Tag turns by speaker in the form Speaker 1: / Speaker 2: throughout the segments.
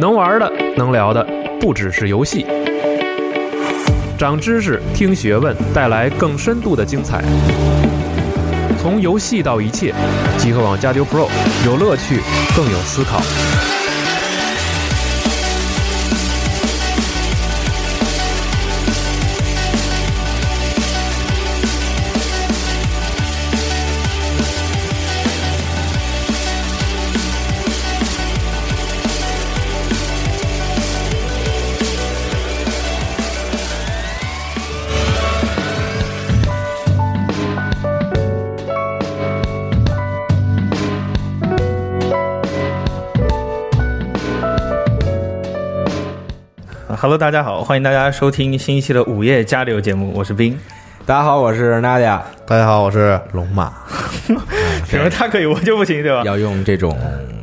Speaker 1: 能玩的、能聊的，不只是游戏。长知识、听学问，带来更深度的精彩。从游戏到一切，极客网加丢 Pro 有乐趣，更有思考。
Speaker 2: Hello，大家好，欢迎大家收听新一期的午夜加流节目，我是冰。
Speaker 3: 大家好，我是 Nadia。
Speaker 4: 大家好，我是龙马。
Speaker 2: 你们他可以，我就不行，对吧？
Speaker 3: 要用这种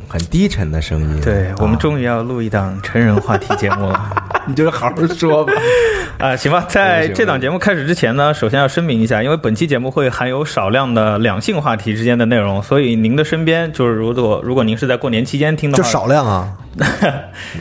Speaker 3: 很低沉的声音，啊
Speaker 2: 对，我们终于要录一档成人话题节目了
Speaker 3: 你就好好说 吧。
Speaker 2: 啊！行吧，在这档节目开始之前呢，首先要声明一下，因为本期节目会含有少量的两性话题之间的内容，所以您的身边就是如果如果您是在过年期间听的
Speaker 4: 就
Speaker 2: 话，
Speaker 4: 少 量啊！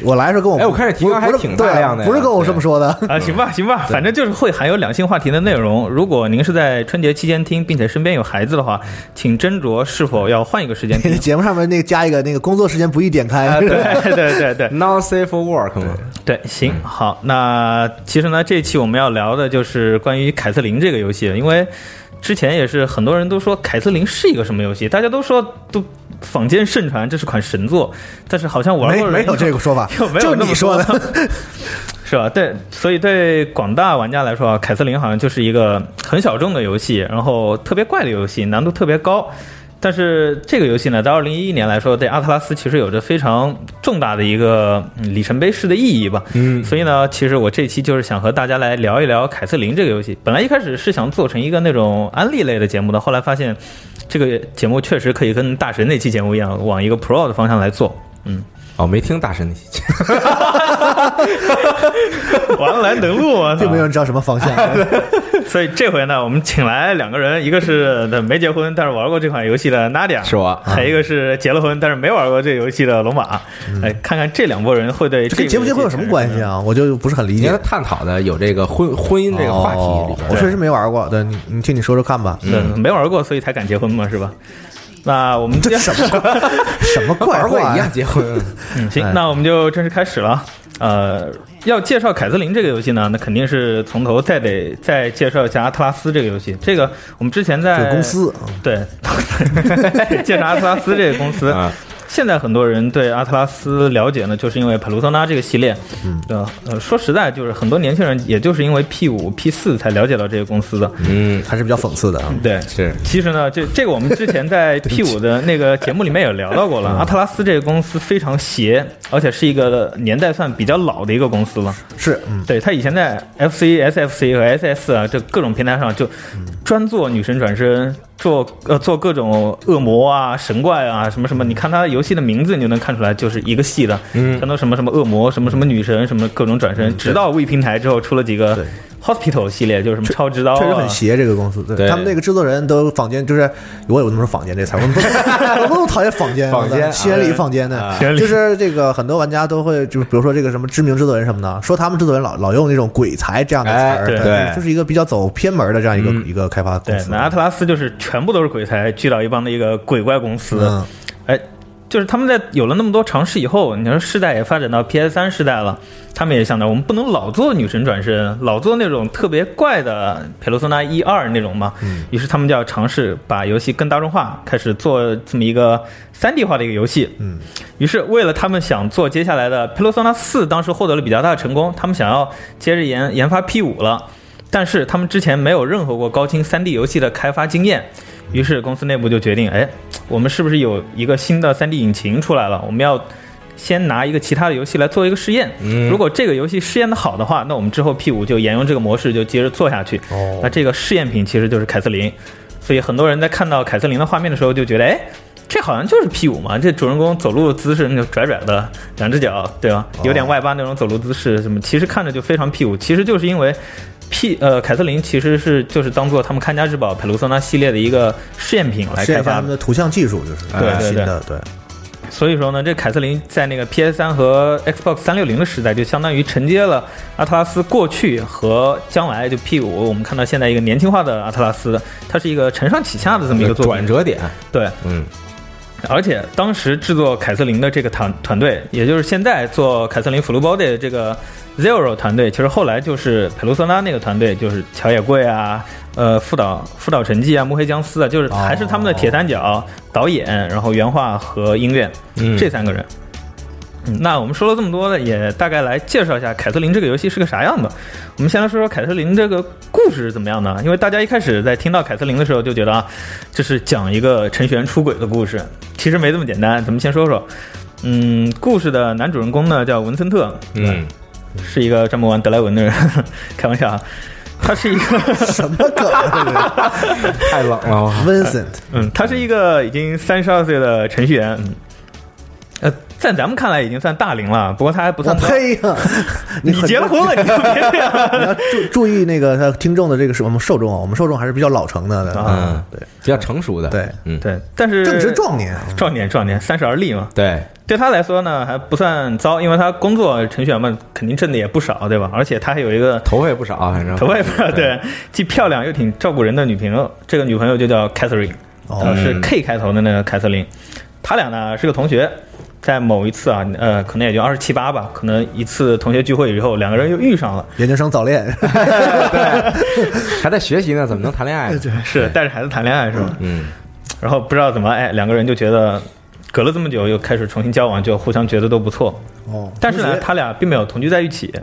Speaker 4: 我来的时候跟我
Speaker 3: 哎我看这题纲还
Speaker 4: 不是
Speaker 3: 挺大量的呀
Speaker 4: 对不是跟我这么说 的。
Speaker 2: 啊，行吧，行吧，反正就是会含有两性话题的内容。如果您是在春节期间听，并且身边有孩子的话，请斟酌是否要换一个时间 听。
Speaker 4: 节目上面那个加一个那个工作时间不宜点
Speaker 3: 啊
Speaker 4: 开，
Speaker 2: 对 对对对，
Speaker 3: Not safe for work 嘛，
Speaker 2: 对，行，
Speaker 4: 嗯
Speaker 2: 好，那其实呢，这期我们要聊的就是关于凯瑟琳这个游戏，因为之前也是很多人都说凯瑟琳是一个什么游戏，大家都说都坊间盛传这是款神作，但是好像玩
Speaker 4: 没
Speaker 2: 过的人
Speaker 4: 没有这个 说法
Speaker 2: 又，没有
Speaker 4: 就
Speaker 2: 那么
Speaker 4: 你说的。
Speaker 2: 是吧？对，所以对广大玩家来说啊，凯瑟琳好像就是一个很小众的游戏，然后特别怪的游戏，难度特别高。但是这个游戏呢，在二零一一年来说，对阿特拉斯其实有着非常重大的一个嗯里程碑式的意义吧。嗯，所以呢，其实我这期就是想和大家来聊一聊凯瑟琳这个游戏。本来一开始是想做成一个那种安利类的节目的，后来发现这个节目确实可以跟大神那期节目一样，往一个 Pro 的方向来做。嗯，
Speaker 3: 哦，没听大神那期节 目，
Speaker 2: 完了能录啊 吗？
Speaker 4: 并没有人知道什么方向。
Speaker 3: 啊
Speaker 2: 所以这回呢，我们请来两个人，一个是没结婚但是玩过这款游戏的 Nadia，
Speaker 3: 是我
Speaker 2: 还
Speaker 4: 嗯
Speaker 2: 有一个是结了婚但是没玩过这游戏的龙马。哎，看看这两拨人会对
Speaker 4: 这
Speaker 2: 这
Speaker 4: 跟
Speaker 2: 个
Speaker 4: 结不结婚有
Speaker 2: 游戏
Speaker 4: 什么关系啊？我就不是很理
Speaker 3: 你
Speaker 4: 解
Speaker 3: 要。探讨的有这个婚婚姻这个话题里嗯
Speaker 4: 哦我
Speaker 3: 边，
Speaker 4: 确实没玩过。对你，你听你说说看吧。
Speaker 2: 产生？对，没玩过所以才敢结婚嘛，是吧？那我们
Speaker 4: 嗯这
Speaker 2: 就
Speaker 4: 什 么 啊怪什么怪
Speaker 3: 玩过
Speaker 4: 话
Speaker 3: 一样
Speaker 4: 呀？
Speaker 3: 结婚，
Speaker 2: 嗯，行
Speaker 4: 哎，
Speaker 2: 那我们就正式开始了。呃，要介绍凯瑟琳这个游戏呢，那肯定是从头再得再介绍一下阿特拉斯这个游戏。这个我们之前
Speaker 4: 这
Speaker 2: 在
Speaker 4: 个公司
Speaker 3: 哎
Speaker 2: 对 介绍阿特拉斯这个公司
Speaker 3: 啊
Speaker 2: 现在很多人对阿特拉斯了解呢，就是因为《普鲁桑拉》这个系列。嗯，呃呃，说实在，就是很多年轻人也就是因为 P 五、P 四才了解到这个公司的。
Speaker 3: 嗯，
Speaker 4: 还是比较讽刺的啊。
Speaker 2: 对，
Speaker 3: 是
Speaker 2: 其实呢，这这个我们之前 在 P 五的那个节目里面也聊到过
Speaker 3: 嗯
Speaker 2: 了。阿特拉斯这个公司非常邪，而且是一个年代算比较老的一个公司了。
Speaker 4: 是，嗯，
Speaker 2: 对他以前在 FC、SFC 和 SS 啊，这各种平台上就专做女神转身，做呃做各种恶魔啊、神怪啊什么什么。你看他游戏的名字，你就能看出来就是一个系的，嗯，全都什么什么恶魔、什么什么女神、什么各种转
Speaker 4: 嗯
Speaker 2: 身。直到 V 平台之后出了几个 Hospital 系列，就是什么超直刀、啊，
Speaker 4: 确实很邪这个公司。
Speaker 3: 对
Speaker 4: 对他们那个制作人都坊间，就是我有那么说坊间这词儿，我们不我们都讨厌坊间，
Speaker 3: 坊间
Speaker 4: 宣理坊间的
Speaker 3: 啊，
Speaker 2: 宣理
Speaker 4: 就是这个很多玩家都会，就是比如说这个什么知名制作人什么的，说他们制作人老老用那种鬼才这样的词
Speaker 3: 哎
Speaker 4: 儿，
Speaker 2: 对
Speaker 4: 但
Speaker 3: 对
Speaker 4: 是就是一个比较走偏门的这样一个一个开发公
Speaker 2: 对，
Speaker 4: 司
Speaker 2: 那。阿特拉斯就是全部都是鬼才聚到一帮的一个鬼怪公司。
Speaker 4: 嗯
Speaker 2: 哎，就是他们在有了那么多尝试以后，你说世代也发展到 PS 三世代了，他们也想着我们不能老做女神转身，老做那种特别怪的《佩罗索纳一二》那种嘛。于是他们就要尝试把游戏更大众化，开始做这么一个三 D 化的一个游戏。嗯，于是为了他们想做接下来的《佩罗索纳四》，当时获得了比较大的成功，他们想要接着研研发 P 五了。但是他们之前没有任何过高清 3D 游戏的开发经验，于是公司内部就决定，哎，我们是不是有一个新的 3D 引擎出来了？我们要先拿一个其他的游戏来做一个试验。如果这个游戏试验的好的话，那我们之后 P 五就沿用这个模式就接着做下去。
Speaker 4: 哦
Speaker 2: 那这个试验品其实就是凯瑟琳，所以很多人在看到凯瑟琳的画面的时候就觉得，哎。这好像就是 P 五嘛，这主人公走路姿势那种拽拽的，两只脚，对吧？有点外八那种走路姿势，什么其实看着就非常 P 五，其实就是因为 P 呃凯瑟琳其实是就是当做他们看家之宝佩鲁索纳系列的一个试验品来
Speaker 4: 试验
Speaker 2: 开
Speaker 4: 一下他
Speaker 2: 发
Speaker 4: 们
Speaker 2: 的。
Speaker 4: 的图像技术，就是
Speaker 2: 对对
Speaker 4: 新
Speaker 2: 对
Speaker 4: 的，对，
Speaker 2: 所以说呢，这凯瑟琳在那个 PS 三和 Xbox 三六零的时代，就相当于承接了阿特拉斯过去和将来，就 P 五我们看到现在一个年轻化的阿特拉斯，它是一个承上启下的这么一个作
Speaker 3: 转
Speaker 2: 品。
Speaker 3: 折点，
Speaker 2: 对，
Speaker 3: 嗯，
Speaker 2: 而且当时制作凯瑟琳的这个团团队，也就是现在做凯瑟琳 Full Body 的这个 Zero 团队，其实后来就是佩鲁索拉那个团队，就是乔野贵啊，呃，副导副导成绩啊，摸黑僵尸啊，就是还是他们的铁三角、导演，然后原画和音乐、
Speaker 3: 嗯
Speaker 2: 这三个人。嗯那我们说了这么多呢，也大概来介绍一下凯瑟琳这个游戏是个啥样的。我们先来说说凯瑟琳这个故事是怎么样的，因为大家一开始在听到凯瑟琳的时候就觉得啊，这是讲一个程序员出轨的故事，其实没这么简单。咱们先说说，嗯，故事的男主人公呢叫文森特，
Speaker 3: 嗯，
Speaker 2: 是一个专门玩德莱文的人， 开玩笑啊，他是一个。
Speaker 4: 什么梗啊？
Speaker 3: 太冷了
Speaker 4: 这
Speaker 3: 哦，
Speaker 4: 个 Vincent
Speaker 2: 嗯，他是一个已经三十二岁的程序员，嗯，呃，在咱们看来已经算大龄了，不过他还不
Speaker 4: 我
Speaker 2: 算大。
Speaker 4: 呸啊呀！
Speaker 2: 你
Speaker 4: 很
Speaker 2: 结了婚了，你就别这样。
Speaker 4: 你要注注意那个他听众的这个是我们受众啊，我们受众还是比较老成的，
Speaker 2: 啊
Speaker 3: 嗯，
Speaker 4: 对，
Speaker 3: 比较成熟的，
Speaker 4: 对，
Speaker 3: 嗯，
Speaker 2: 对，但是
Speaker 4: 正值壮年，
Speaker 2: 壮年壮年，三十而立嘛，
Speaker 3: 对，
Speaker 2: 对他来说呢还不算糟，因为他工作程序员嘛，肯定挣的也不少，对吧？而且他还有一个
Speaker 3: 头发也不少，啊反正
Speaker 2: 头发也不少， 对，既漂亮又挺照顾人的女朋友，这个女朋友就叫 Catherine。
Speaker 4: 哦
Speaker 2: 呃，，是
Speaker 3: 嗯
Speaker 2: K 开头的那个凯瑟琳，他俩呢是个同学，在某一次啊，呃，可能也就二十七八吧，可能一次同学聚会以后，两个人又遇上了，
Speaker 4: 研究生早恋，
Speaker 3: 还在学习呢，怎么能谈恋爱 呢？
Speaker 2: 是带着孩子谈恋爱是吧？
Speaker 3: 嗯，
Speaker 2: 然后不知道怎么，哎，两个人就觉得隔了这么久又开始重新交往，就互相觉得都不错，
Speaker 4: 哦，
Speaker 2: 但是呢，他俩并没有同居在一起。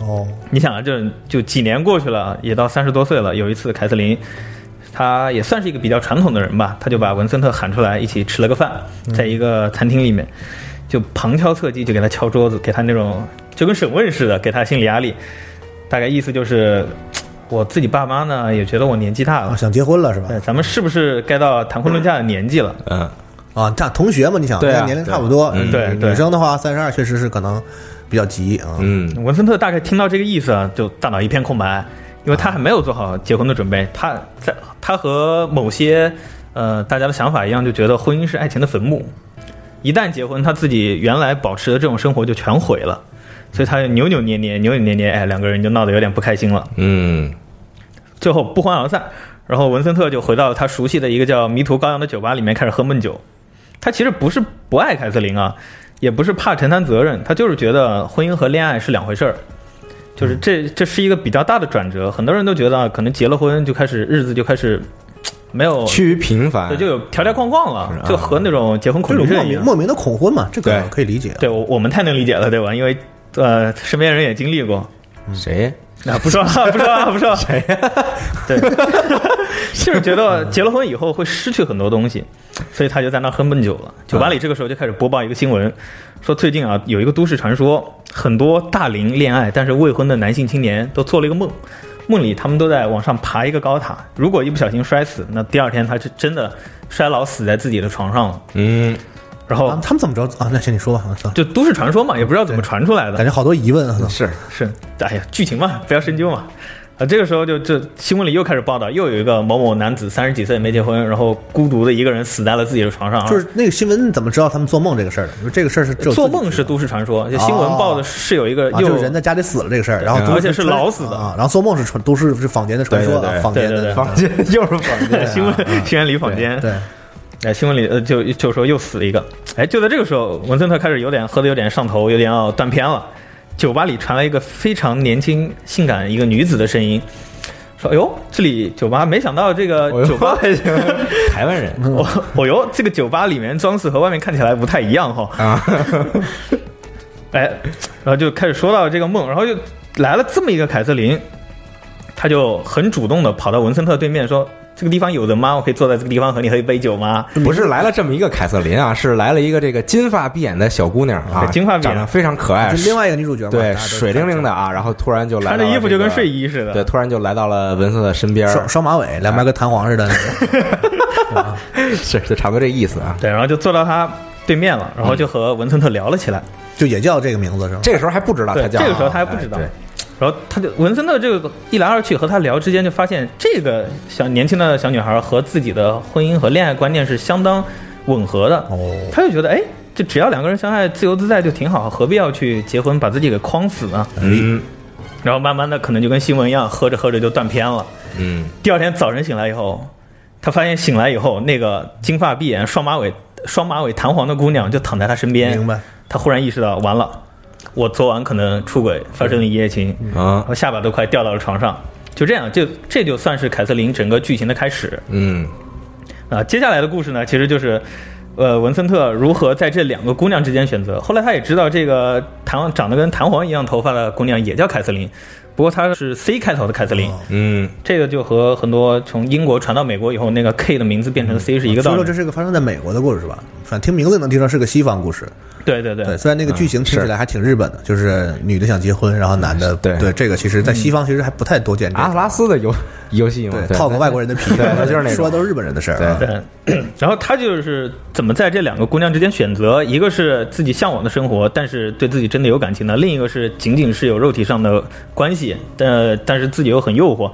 Speaker 4: 哦，
Speaker 2: 你想啊，这就几年过去了，也到三十多岁了，有一次凯瑟琳。她也算是一个比较传统的人吧，她就把文森特喊出来一起吃了个饭，
Speaker 3: 嗯
Speaker 2: 在一个餐厅里面，就旁敲侧击就给他敲桌子，给他那种就跟审问似的，给他心理压力。大概意思就是，我自己爸妈呢也觉得我年纪大
Speaker 4: 啊
Speaker 2: 了，
Speaker 4: 想结婚了是吧
Speaker 2: 对，？咱们是不是该到谈婚论嫁的年纪了？
Speaker 3: 嗯，
Speaker 4: 啊，这样同学嘛，你想，
Speaker 3: 对啊
Speaker 4: 年龄差不多，
Speaker 3: 对嗯
Speaker 2: 对
Speaker 4: 女
Speaker 2: 对
Speaker 4: 女生的话，三十二确实是可能比较急啊。
Speaker 3: 嗯，
Speaker 2: 文森特大概听到这个意思啊，就大脑一片空白，因为他还没有做好结婚的准备。他在他和某些呃大家的想法一样，就觉得婚姻是爱情的坟墓，一旦结婚，他自己原来保持的这种生活就全毁了。所以他就扭扭捏捏，扭扭捏捏，哎，两个人就闹得有点不开心了，
Speaker 3: 嗯，
Speaker 2: 最后不欢而散。然后文森特就回到了他熟悉的一个叫迷途羔羊的酒吧里面，开始喝闷酒。他其实不是不爱凯瑟琳啊，也不是怕承担责任，他就是觉得婚姻和恋爱是两回事儿。就是这这是一个比较大的转折，很多人都觉得啊可能结了婚就开始日子就开始嘖没有，
Speaker 3: 趋于平凡
Speaker 2: 哦对，，就有条条框框了
Speaker 3: 是，啊
Speaker 2: 就和那种结婚
Speaker 4: 这
Speaker 2: 恐
Speaker 4: 种
Speaker 2: 惧
Speaker 4: 莫
Speaker 2: 症一
Speaker 4: 名
Speaker 2: 样。
Speaker 4: 莫名的恐婚嘛，这个
Speaker 3: 对
Speaker 4: 可以理解。啊
Speaker 2: 对，我我们太能理解了，对吧？因为呃，身边人也经历过。
Speaker 3: 谁？
Speaker 2: 啊，不说了，不说了，不说了。谁呀、 对，就是觉得结了婚以后会失去很多东西，所以他就在那儿喝闷酒了。酒吧里这个时候就开始播报一个新闻，说最近啊有一个都市传说，很多大龄恋爱但是未婚的男性青年都做了一个梦，梦里他们都在往上爬一个高塔，如果一不小心摔死，那第二天他是真的摔老死在自己的床上了。
Speaker 3: 嗯，
Speaker 2: 然
Speaker 4: 啊
Speaker 2: 后，
Speaker 4: 他们怎么着啊？那行，你说吧，啊算了
Speaker 2: 就都市传说嘛，也不知道怎么传出来的
Speaker 4: 感，觉好多疑
Speaker 2: 嗯
Speaker 4: 问啊。算了
Speaker 3: 是，
Speaker 2: 是，哎呀，剧情嘛，不要深究嘛。啊，这个时候就这新闻里又开始报道，又有一个某某男子三十几岁没结婚，然后孤独的一个人死在了自己的床上啊。啊
Speaker 4: 就是那个新闻怎么知道他们做梦这个事儿的？就是这个事儿是只有
Speaker 2: 做
Speaker 4: 自己
Speaker 2: 梦是
Speaker 4: 知道
Speaker 2: 都市传说，就新闻报的是有一个
Speaker 4: 啊，
Speaker 2: 又、
Speaker 4: 就是人在家里死了这个事儿，然后
Speaker 3: 对
Speaker 4: 都
Speaker 2: 而且是老死的
Speaker 4: 啊，然后做梦是传都市是坊间的传说
Speaker 3: 对对
Speaker 4: 啊，
Speaker 3: 对
Speaker 4: 坊间
Speaker 2: 对对
Speaker 4: 的
Speaker 2: 对
Speaker 3: 房间又是 房间，
Speaker 2: 新闻新闻里坊间，
Speaker 4: 啊对，
Speaker 2: 哎，新闻里呃就就说又死了一个。哎，就在这个时候，文森特开始有点喝的有点上头，有点要断片了。酒吧里传来一个非常年轻性感一个女子的声音，说：“哎呦，这里酒吧没想到这个
Speaker 4: 哎
Speaker 3: 我又
Speaker 2: 酒吧
Speaker 3: 发现台湾人
Speaker 2: 我我哟，这个酒吧里面装饰和外面看起来不太一样哈。
Speaker 3: 啊，
Speaker 2: 哎，然后就开始说到这个梦，然后就来了这么一个凯瑟琳，他就很主动的跑到文森特对面说：“这个地方有人吗？我可以坐在这个地方和你喝一杯酒吗
Speaker 3: 不是来了这么一个凯瑟琳啊，是来了一个这个金发碧眼的小姑娘啊，
Speaker 2: 对金发碧眼
Speaker 3: 长得非常可
Speaker 2: 哎
Speaker 3: 爱
Speaker 4: 就，是另外一个女主角嘛，大
Speaker 3: 对，
Speaker 4: 家都
Speaker 3: 水灵灵的啊，然后突然就？”来
Speaker 2: 穿
Speaker 3: 到
Speaker 2: 着
Speaker 3: 了
Speaker 2: 衣服就
Speaker 3: 这
Speaker 2: 跟
Speaker 3: 个
Speaker 2: 睡衣似
Speaker 3: 对，
Speaker 2: 的，
Speaker 3: 突然就来到了文森特身边，
Speaker 4: 双双马尾，两边跟弹簧似的那种，
Speaker 3: 是就差不多这意思啊。
Speaker 2: 对，然后就坐到他对面了，然后就和文森特聊了起来。
Speaker 4: 就也叫这个名字 是吗？
Speaker 3: 这个时候还不知道
Speaker 2: 对
Speaker 3: 他叫，
Speaker 2: 这个时候他还不知道
Speaker 3: 哎
Speaker 2: 然后他就文森特这个一来二去和他聊之间，就发现这个小年轻的小女孩和自己的婚姻和恋爱观念是相当吻合的。
Speaker 4: 哦
Speaker 2: 他就觉得哎，就只要两个人相爱自由自在就挺好，何必要去结婚把自己给框死呢？
Speaker 3: 嗯
Speaker 2: 然后慢慢的可能就跟新闻一样，喝着喝着就断片了。
Speaker 3: 嗯，
Speaker 2: 第二天早晨醒来以后，他发现醒来以后，那个金发碧眼、双马尾、双马尾弹簧的姑娘就躺在他身
Speaker 4: 明
Speaker 2: 边。
Speaker 4: 白？
Speaker 2: 他忽然意识到，完了，我昨晚可能出轨，发生了一夜情，
Speaker 4: 嗯
Speaker 3: 啊，
Speaker 2: 我下巴都快掉到了床上。就这样，就这就算是凯瑟琳整个剧情的开始
Speaker 3: 嗯
Speaker 2: 啊。接下来的故事呢，其实就是。呃，文森特如何在这两个姑娘之间选择？后来他也知道，这个弹长得跟弹簧一样头发的姑娘也叫凯瑟琳，不过她是 C 开头的凯瑟琳，
Speaker 4: 哦
Speaker 3: 嗯
Speaker 2: 这个就和很多从英国传到美国以后，那个 K 的名字变成 C 是一个
Speaker 4: 所
Speaker 2: 道
Speaker 4: 以
Speaker 2: 理。
Speaker 4: 说这是个发生在美国的故事是吧？反正听名字能听出是个西方故事。
Speaker 2: 对对嗯对
Speaker 4: 对，，虽然那个剧情听起来还挺日本的，就是女的想结婚，然后男的
Speaker 3: 对
Speaker 4: 对这个其实，
Speaker 2: 嗯
Speaker 4: 在西方其实还不太多见这
Speaker 2: 啊
Speaker 3: 阿
Speaker 4: 个。
Speaker 3: 特拉斯的游游戏嘛，
Speaker 4: 对，套个外 国人的皮，
Speaker 3: 对那就是那种
Speaker 4: 说的都是日本人的事儿啊。
Speaker 3: 对
Speaker 2: 对，
Speaker 3: 嗯
Speaker 2: 然后他就是怎么在这两个姑娘之间选择，一个是自己向往的生活，但是对自己真的有感情的；另一个是仅仅是有肉体上的关系，但但是自己又很诱惑，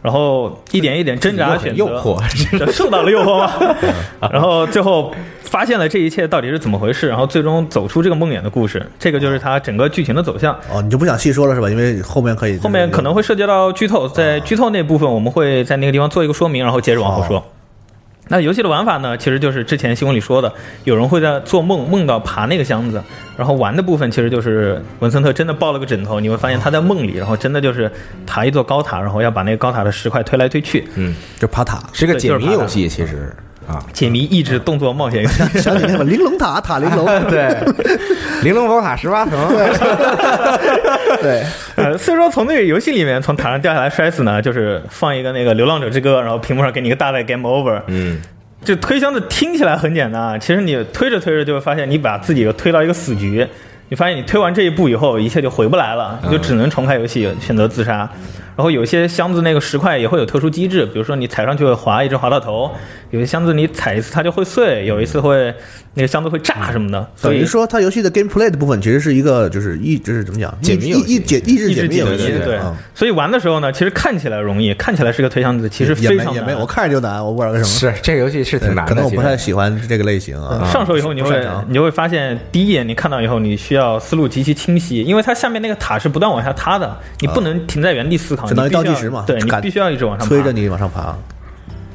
Speaker 2: 然后一点一点挣扎选择，
Speaker 3: 诱惑， 嗯
Speaker 2: 受到了诱惑吗？ 然后最后发现了这一切到底是怎么回事，然后最终走出这个梦魇的故事，这个就是他整个剧情的走向。
Speaker 4: 哦，你就不想细说了是吧？因为后面可以，
Speaker 2: 后面可能会涉及到剧透，在剧透那部分，我们会在那个地方做一个说明，然后接着往后说。那游戏的玩法呢，其实就是之前新闻里说的，有人会在做梦，梦到爬那个箱子，然后玩的部分其实就是文森特真的抱了个枕头，你会发现他在梦里，然后真的就是爬一座高塔，然后要把那个高塔的石块推来推去。
Speaker 3: 嗯，
Speaker 4: 就爬塔，
Speaker 3: 是个
Speaker 2: 对
Speaker 3: 解
Speaker 2: 就是
Speaker 3: 谜
Speaker 2: 爬塔
Speaker 3: 游戏，其实啊，
Speaker 2: 解谜、益智、动作、冒险游 戏，
Speaker 4: 想起那本玲珑塔，塔玲 珑，
Speaker 3: 对， 玲珑宝塔十八层，
Speaker 4: 对，
Speaker 2: 呃，所以说从那个游戏里面从塔上掉下来摔死呢，就是放一个那个《流浪者之歌》，然后屏幕上给你一个大的 Game Over，
Speaker 3: 嗯
Speaker 2: 就推箱子听起来很简单啊，其实你推着推着就会发现，你把自己推到一个死局。你发现你推完这一步以后，一切就回不来了，你就只能重开游戏，选择自杀。然后有些箱子那个石块也会有特殊机制，比如说你踩上去会滑，一直滑到头；有些箱子你踩一次它就会碎，有一次会那个箱子会炸什么的。所
Speaker 4: 等于
Speaker 2: 以
Speaker 4: 说它游戏的 gameplay 的部分其实是一个就是益，就是怎么讲，
Speaker 3: 解谜游戏
Speaker 4: 益益解益智
Speaker 2: 一
Speaker 4: 解
Speaker 2: 直
Speaker 4: 谜
Speaker 2: 解
Speaker 4: 游戏，
Speaker 2: 谜对
Speaker 4: 嗯，
Speaker 2: 所以玩的时候呢，其实看起来容易，看起来是个推箱子，其实
Speaker 4: 也
Speaker 2: 非
Speaker 4: 没
Speaker 2: 常
Speaker 4: 也
Speaker 2: 难。
Speaker 4: 没，我看着就难，我不知道为什么。
Speaker 3: 是这个游戏是挺
Speaker 4: 对
Speaker 3: 难的，
Speaker 4: 可能我不太
Speaker 3: 其实
Speaker 4: 喜欢这个类型啊。
Speaker 2: 嗯上手以后，你
Speaker 4: 不
Speaker 2: 会
Speaker 4: 擅长
Speaker 2: 你就会发现，第一眼你看到以后，你需要思路极其清晰，因为它下面那个塔是不断往下塌的，你不能停在原地思考，
Speaker 4: 相当于
Speaker 2: 你必须要
Speaker 4: 嗯倒计时嘛
Speaker 2: 对你
Speaker 4: 赶
Speaker 2: 必须要一直往上爬
Speaker 4: 催着。你往上爬，啊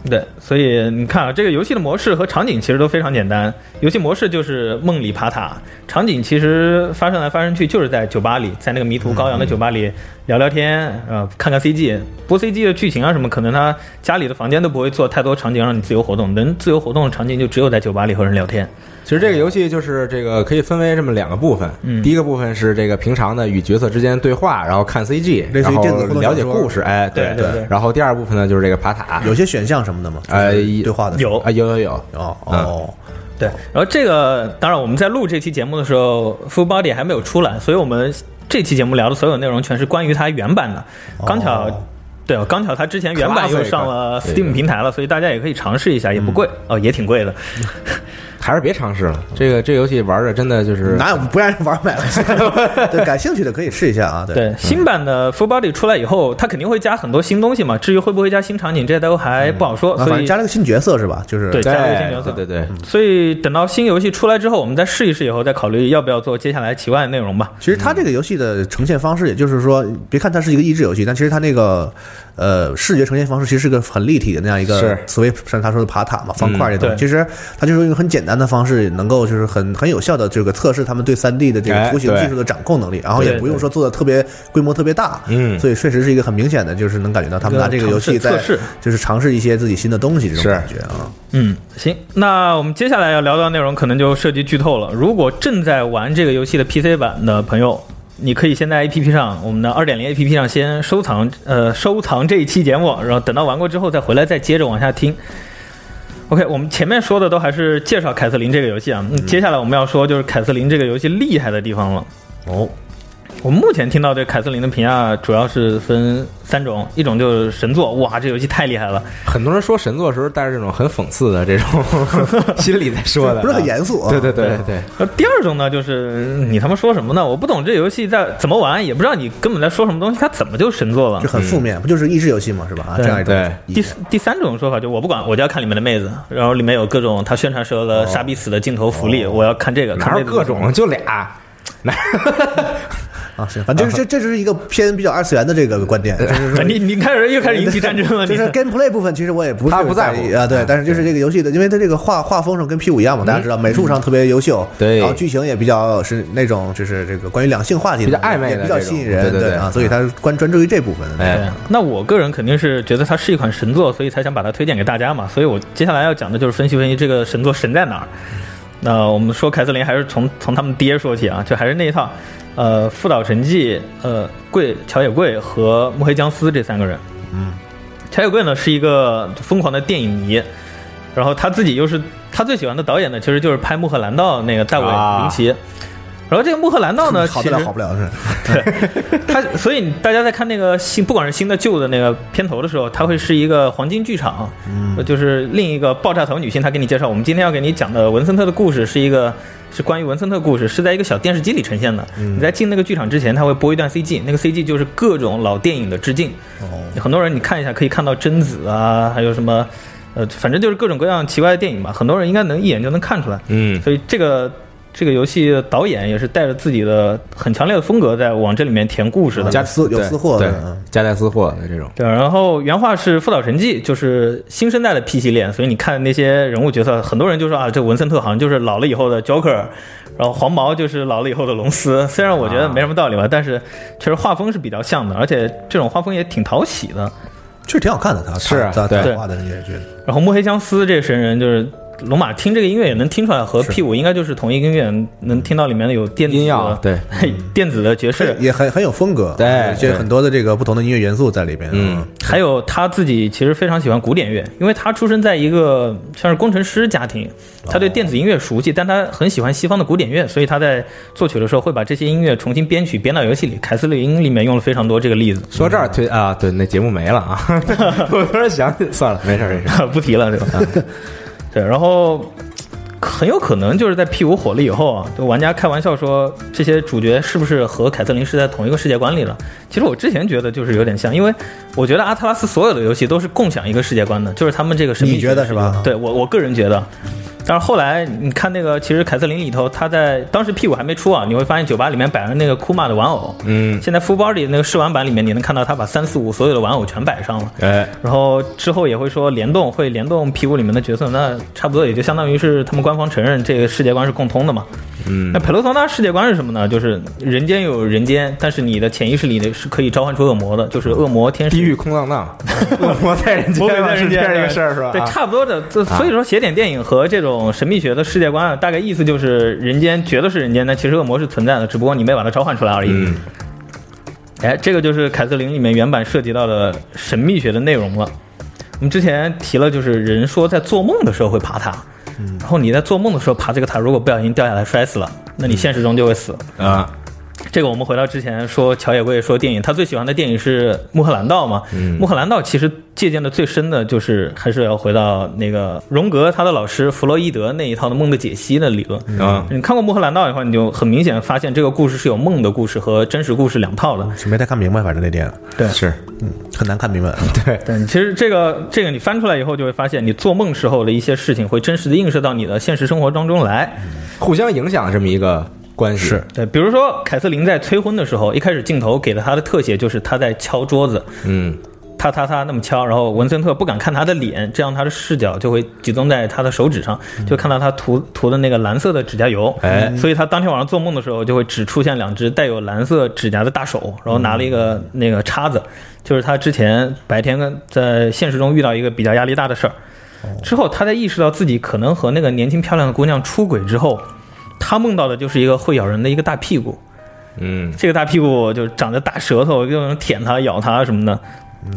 Speaker 2: 对，所以你看啊，这个游戏的模式和场景其实都非常简单。游戏模式就是梦里爬塔，场景其实发生来发生去就是在酒吧里，在那个迷
Speaker 4: 嗯
Speaker 2: 途羔羊的酒吧里聊聊天，呃，看看 CG。不过 CG 的剧情啊什么，可能他家里的房间都不会做太多场景让你自由活动，能自由活动的场景就只有在酒吧里和人聊天。
Speaker 3: 其实这个游戏就是这个可以分为这么两个部分，
Speaker 2: 嗯
Speaker 3: 第一个部分是这个平常的与角色之间对话，然后看 CG，
Speaker 4: 类似
Speaker 3: 然
Speaker 4: 于
Speaker 3: 后
Speaker 4: 电子互动
Speaker 3: 了解
Speaker 4: 小说
Speaker 3: 故事，哎，
Speaker 2: 对对对
Speaker 3: 然后第二部分呢就是这个爬塔，
Speaker 4: 有些选项什么的吗？
Speaker 3: 呃
Speaker 4: 就是对话的时候
Speaker 2: 嗯有
Speaker 3: 啊有有有，
Speaker 4: 哦哦，
Speaker 2: 对，然后这个当然我们在录这期节目的时候，Full Body 还没有出来，所以我们这期节目聊的所有内容全是关于它原版的。刚巧，
Speaker 4: 哦
Speaker 2: 对哦，刚巧它之前原版
Speaker 3: Classic
Speaker 2: 又上了
Speaker 3: 对对
Speaker 2: Steam 平台了，所以大家也可以尝试一下，也不贵、
Speaker 4: 嗯
Speaker 2: 哦，也挺贵的。
Speaker 3: 还是别尝试了，这个这游戏玩着真的就是
Speaker 4: 哪有不让人玩买了？ 对，感兴趣的可以试一下啊。对，
Speaker 2: 对，新版的 Full Body 出来以后，它肯定会加很多新东西嘛。至于会不会加新场景，这些都还不好说。
Speaker 4: 啊反
Speaker 2: 所
Speaker 4: 正
Speaker 2: 以
Speaker 4: 加了个新角色是吧？就是
Speaker 2: 对
Speaker 3: 对
Speaker 2: 加入新角色
Speaker 3: 对对
Speaker 4: 嗯
Speaker 3: 对，
Speaker 2: 所以等到新游戏出来之后，我们再试一试，以后再考虑要不要做接下来奇怪的内容吧。
Speaker 4: 其实它这个游戏的呈现方式，也就是说，别看它是一个益智游戏，但其实它那个呃视觉呈现方式其实是个很立体的那样一个
Speaker 3: 是
Speaker 4: Swift，像他说的爬塔嘛、方块这东西，
Speaker 2: 对
Speaker 4: 其实它就是用很简单的方式，能够就是很很有效的这个测试他们对三 D 的这个
Speaker 3: 哎
Speaker 4: 图形
Speaker 3: 对
Speaker 4: 技术的掌控能力，然后也
Speaker 2: 对
Speaker 4: 不用说做的特别规模特别大，
Speaker 3: 嗯
Speaker 4: 所以确实是一个很明显的，就是能感觉到他们拿这个游戏
Speaker 2: 一个
Speaker 4: 在
Speaker 2: 尝试测试
Speaker 4: 就是尝试一些自己新的东西这种
Speaker 3: 是
Speaker 4: 感觉啊，
Speaker 2: 嗯，行，那我们接下来要聊到的内容可能就涉及剧透了。如果正在玩这个游戏的 PC 版的朋友，你可以先在 APP 上，我们的二点零 APP 上先收藏，呃，收藏这一期节目，然后等到玩过之后再回来再接着往下听。OK，我们前面说的都还是介绍凯瑟琳这个游戏啊，嗯接下来我们要说就是凯瑟琳这个游戏厉害的地方了。
Speaker 4: 哦，
Speaker 2: 我们目前听到对凯瑟琳的评价主要是分三种，一种就是神作，哇，这游戏太厉害了，
Speaker 3: 很多人说神作的时候带着这种很 讽刺的这种心理在说的，
Speaker 4: 不是很严肃啊
Speaker 3: 对对对对对，
Speaker 2: 呃，第二种呢，就是嗯你他妈说什么呢？我不懂这游戏在怎么玩，也不知道你根本在说什么东西，它怎么就神作了
Speaker 4: 就？很负面，不就是益智游戏嘛，是吧？啊，
Speaker 2: 对
Speaker 4: 这样一种
Speaker 3: 对
Speaker 4: 意
Speaker 2: 第
Speaker 4: 见
Speaker 2: 第三种说法就我不管，我就要看里面的妹子，然后里面有各种他宣传时候的杀必死的镜头福利，我要看这个，看
Speaker 3: 哦
Speaker 2: 那
Speaker 3: 哪有
Speaker 2: 个
Speaker 3: 各种就俩，哪
Speaker 4: 啊，是，反正这这这就是一个偏比较二次元的这个观点，就是 说
Speaker 2: 啊 你你开始又开始引起战争了，
Speaker 4: 就
Speaker 2: 你
Speaker 4: 是 gameplay 部分，其实我也不是
Speaker 3: 他不在乎嗯
Speaker 4: 意啊，对，但是就是这个游戏的，因为它这个画画风上跟 P 五一样嘛，大家
Speaker 2: 嗯
Speaker 4: 知道美术上特别优秀，
Speaker 3: 对
Speaker 4: 然后剧情也比较是那种就是这个关于两性话题的
Speaker 3: 比较暧昧的
Speaker 4: 也比较
Speaker 3: 这种
Speaker 4: 吸引人，
Speaker 3: 对对对
Speaker 4: 啊，
Speaker 3: 嗯
Speaker 4: 所以他关专注于这部分的那种，
Speaker 2: 对
Speaker 3: 哎，
Speaker 2: 那我个人肯定是觉得它是一款神作，所以才想把它推荐给大家嘛。所以我接下来要讲的就是分析分析这个神作神在哪儿。那我们说凯瑟琳还是从从他们爹说起啊，就还是那一套，呃，副岛诚纪、呃，贵桥野贵和墨黑江司这三个人。嗯，桥野贵呢是一个疯狂的电影迷，然后他自己又是他最喜欢的导演呢，其实就是拍《穆赫兰道》那个大卫
Speaker 3: 啊
Speaker 2: 林奇。然后这个《穆赫兰道》呢，
Speaker 4: 好
Speaker 2: 其
Speaker 4: 不
Speaker 2: 实
Speaker 4: 了，好不了是，
Speaker 2: 它所以大家在看那个新，不管是新的旧的那个片头的时候，它会是一个黄金剧场，嗯，就是另一个爆炸头女性，她给你介绍，我们今天要给你讲的文森特的故事是一个是关于文森特故事，是在一个小电视机里呈现的。你在进那个剧场之前，它会播一段 CG，那个 CG 就是各种老电影的致敬。
Speaker 4: 哦，
Speaker 2: 很多人你看一下可以看到贞子啊，还有什么，呃，反正就是各种各样奇怪的电影吧，很多人应该能一眼就能看出来。
Speaker 3: 嗯，
Speaker 2: 所以这个这个游戏的导演也是带着自己的很强烈的风格在往这里面填故
Speaker 3: 嗯
Speaker 2: 事的。
Speaker 4: 加私有
Speaker 3: 对
Speaker 4: 私货
Speaker 3: 对
Speaker 4: 的，嗯，
Speaker 3: 夹带私货的这种，
Speaker 2: 对，然后原画是副岛神纪，就是新生代的 P 系列，所以你看那些人物角色，很多人就说啊，这文森特好像就是老了以后的 Joker，然后黄毛就是老了以后的龙斯。虽然我觉得
Speaker 3: 啊
Speaker 2: 没什么道理吧，但是确实画风是比较像的，而且这种画风也挺讨喜的。
Speaker 4: 确实挺好看的，他
Speaker 3: 是啊
Speaker 4: 他
Speaker 3: 对
Speaker 4: 他画的那些觉得
Speaker 2: 然后墨黑相思这个神人就是龙马听这个音乐也能听出来，和
Speaker 4: 是
Speaker 2: P 五应该就是同一个音乐，能听到里面有电子
Speaker 3: 音
Speaker 2: 的
Speaker 3: 药对，
Speaker 2: 电子的爵士，
Speaker 4: 也很很有风格，
Speaker 3: 对
Speaker 4: 而且
Speaker 3: 对
Speaker 4: 很多的这个不同的音乐元素在里边，啊
Speaker 3: 嗯，
Speaker 2: 还有他自己其实非常喜欢古典乐，因为他出生在一个像是工程师家庭，他对电子音乐熟悉，但他很喜欢西方的古典乐，所以他在作曲的时候会把这些音乐重新编曲编到游戏里。凯瑟琳里面用了非常多这个例子，
Speaker 3: 说这儿推啊，对，那节目没了啊，我突然想起，算了，没事儿没事 儿，
Speaker 2: 不提了，对 吧？啊对，然后很有可能就是在 P 五火了以后啊，就玩家开玩笑说这些主角是不是和凯瑟琳是在同一个世界观里了？其实我之前觉得就是有点像，因为我觉得阿特拉斯所有的游戏都是共享一个世界观的，就是他们这个神秘
Speaker 4: 你觉得是吧
Speaker 2: 学的对我我个人觉得。但是后来你看那个，其实凯瑟琳里头，她在当时 P 五还没出啊，你会发现酒吧里面摆着那个库玛的玩偶，
Speaker 3: 嗯，
Speaker 2: 现在 Full Body 那个试玩版里面，你能看到她把三四五所有的玩偶全摆上了。
Speaker 3: 哎，
Speaker 2: 然后之后也会说联动，会联动 P 五里面的角色，那差不多也就相当于是他们官方承认这个世界观是共通的嘛。
Speaker 3: 嗯
Speaker 2: 那，佩洛桑那世界观是什么呢？就是人间有人间，但是你的潜意识里是可以召唤出恶魔的，就是恶魔、天使、
Speaker 3: 地狱空荡荡，恶魔在人间
Speaker 2: 魔鬼
Speaker 3: 嘛，
Speaker 2: 在
Speaker 3: 是
Speaker 2: 人
Speaker 3: 这
Speaker 2: 间
Speaker 3: 样一个事儿是吧？
Speaker 2: 对，
Speaker 3: 啊
Speaker 2: 差不多的。这所以说，写点电影和这种神秘学的世界观，大概意思就是人间觉得是人间，但其实恶魔是存在的，只不过你没把它召唤出来而已。
Speaker 3: 嗯
Speaker 2: 哎，这个就是凯瑟琳里面原版涉及到的神秘学的内容了。我们之前提了，就是人说在做梦的时候会爬塔，
Speaker 3: 嗯
Speaker 2: 然后你在做梦的时候爬这个塔，如果不小心掉下来摔死了，那
Speaker 3: 嗯
Speaker 2: 你现实中就会死。
Speaker 3: 啊，
Speaker 2: 这个我们回到之前说乔野贵说电影，他最喜欢的电影是《穆赫兰道》嘛。
Speaker 3: 嗯
Speaker 2: 穆赫兰道》其实借鉴的最深的就是还是要回到那个荣格他的老师弗洛伊德那一套的梦的解析的理论。
Speaker 3: 啊
Speaker 2: 你看过《穆赫兰道》以后，你就很明显发现这个故事是有梦的故事和真实故事两套的。
Speaker 4: 是没太看明白，反正那点
Speaker 2: 对
Speaker 3: 是，
Speaker 4: 嗯很难看 明白，啊
Speaker 2: 但其实这个这个你翻出来以后，就会发现你做梦时候的一些事情会真实的映射到你的现实生活当中来。
Speaker 3: 互相影响这么一个关系，
Speaker 4: 是
Speaker 2: 对，比如说凯瑟琳在催婚的时候，一开始镜头给了她的特写就是她在敲桌子，
Speaker 3: 嗯，
Speaker 2: 踏踏踏那么敲，然后文森特不敢看他的脸，这样他的视角就会集中在他的手指上，就看到他涂涂的那个蓝色的指甲油。
Speaker 3: 哎
Speaker 2: 所以他当天晚上做梦的时候，就会只出现两只带有蓝色指甲的大手，然后拿了一个那个叉子，就是他之前白天跟在现实中遇到一个比较压力大的事儿。之后，他在意识到自己可能和那个年轻漂亮的姑娘出轨之后，他梦到的就是一个会咬人的一个大屁股。
Speaker 3: 嗯，
Speaker 2: 这个大屁股就是长着大舌头，各种舔它、咬它什么的。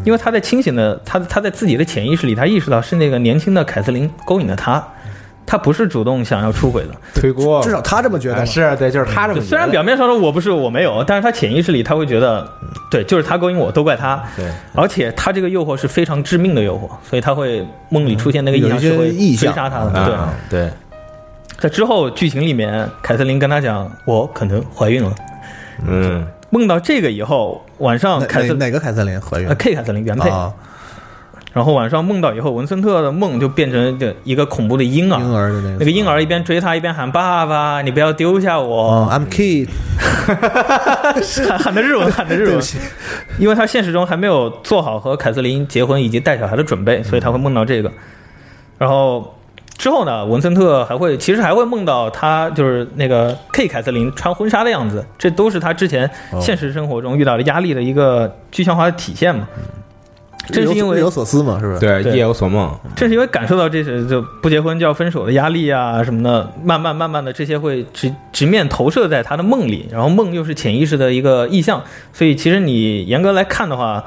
Speaker 2: 因为他在清醒的，他他在自己的潜意识里，他意识到是那个年轻的凯瑟琳勾引的他，他不是主动想要出轨的，
Speaker 3: 推锅，
Speaker 4: 至少他这么觉得
Speaker 2: 哎
Speaker 3: 啊
Speaker 4: 嘛。
Speaker 3: 是对，就是他这么
Speaker 2: 就
Speaker 3: 觉得
Speaker 2: 虽然表面上说我不是我没有，但是他潜意识里他会觉得，对，就是他勾引我，都怪他。
Speaker 3: 对，
Speaker 2: 而且他这个诱惑是非常致命的诱惑，所以他会梦里出现那个
Speaker 4: 有
Speaker 2: 意
Speaker 4: 一
Speaker 2: 象
Speaker 4: 些
Speaker 2: 是会
Speaker 4: 意
Speaker 2: 追
Speaker 4: 象
Speaker 2: 杀他的。对，
Speaker 3: 啊对，
Speaker 2: 在之后剧情里面，凯瑟琳跟他讲，我可能怀孕了。
Speaker 3: 嗯，
Speaker 2: 梦到这个以后，晚上
Speaker 4: 哪
Speaker 2: 凯
Speaker 4: 哪
Speaker 2: 瑟
Speaker 4: 哪个凯瑟琳怀孕
Speaker 2: 呃 K 凯瑟琳原配，
Speaker 4: 啊？
Speaker 2: 然后晚上梦到以后，文森特的梦就变成一个一个恐怖的婴
Speaker 4: 婴
Speaker 2: 儿，
Speaker 4: 儿的那个
Speaker 2: 那个婴儿一边追他一边喊爸爸，你不要丢下我，
Speaker 4: 哦，I'm kid，
Speaker 2: 喊喊的日 文，喊的日
Speaker 4: 对不
Speaker 2: 文，
Speaker 4: 起，
Speaker 2: 因为他现实中还没有做好和凯瑟琳结婚以及带小孩的准
Speaker 4: 嗯
Speaker 2: 备，所以他会梦到这个。然后之后呢，文森特还会其实还会梦到他就是那个 K 凯瑟琳穿婚纱的样子，这都是他之前
Speaker 4: 哦
Speaker 2: 现实生活中遇到的压力的一个具象化的体现嘛。正是因为
Speaker 4: 日有所思嘛，是不是？
Speaker 3: 对，
Speaker 2: 对
Speaker 3: 夜有所梦，
Speaker 2: 正是因为感受到这些就不结婚就要分手的压力啊什么的，慢慢慢慢的这些会直直面投射在他的梦里，然后梦又是潜意识的一个意象，所以其实你严格来看的话，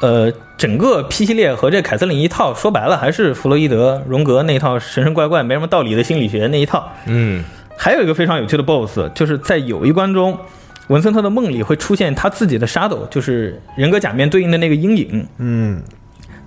Speaker 2: 呃，整个 P 系列和这凯瑟琳一套，说白了还是弗洛伊德、荣格那一套神神怪怪没什么道理的心理学那一套。
Speaker 3: 嗯，
Speaker 2: 还有一个非常有趣的 BOSS，就是在有一关中，文森特的梦里会出现他自己的 shadow，就是人格假面对应的那个阴影。
Speaker 4: 嗯，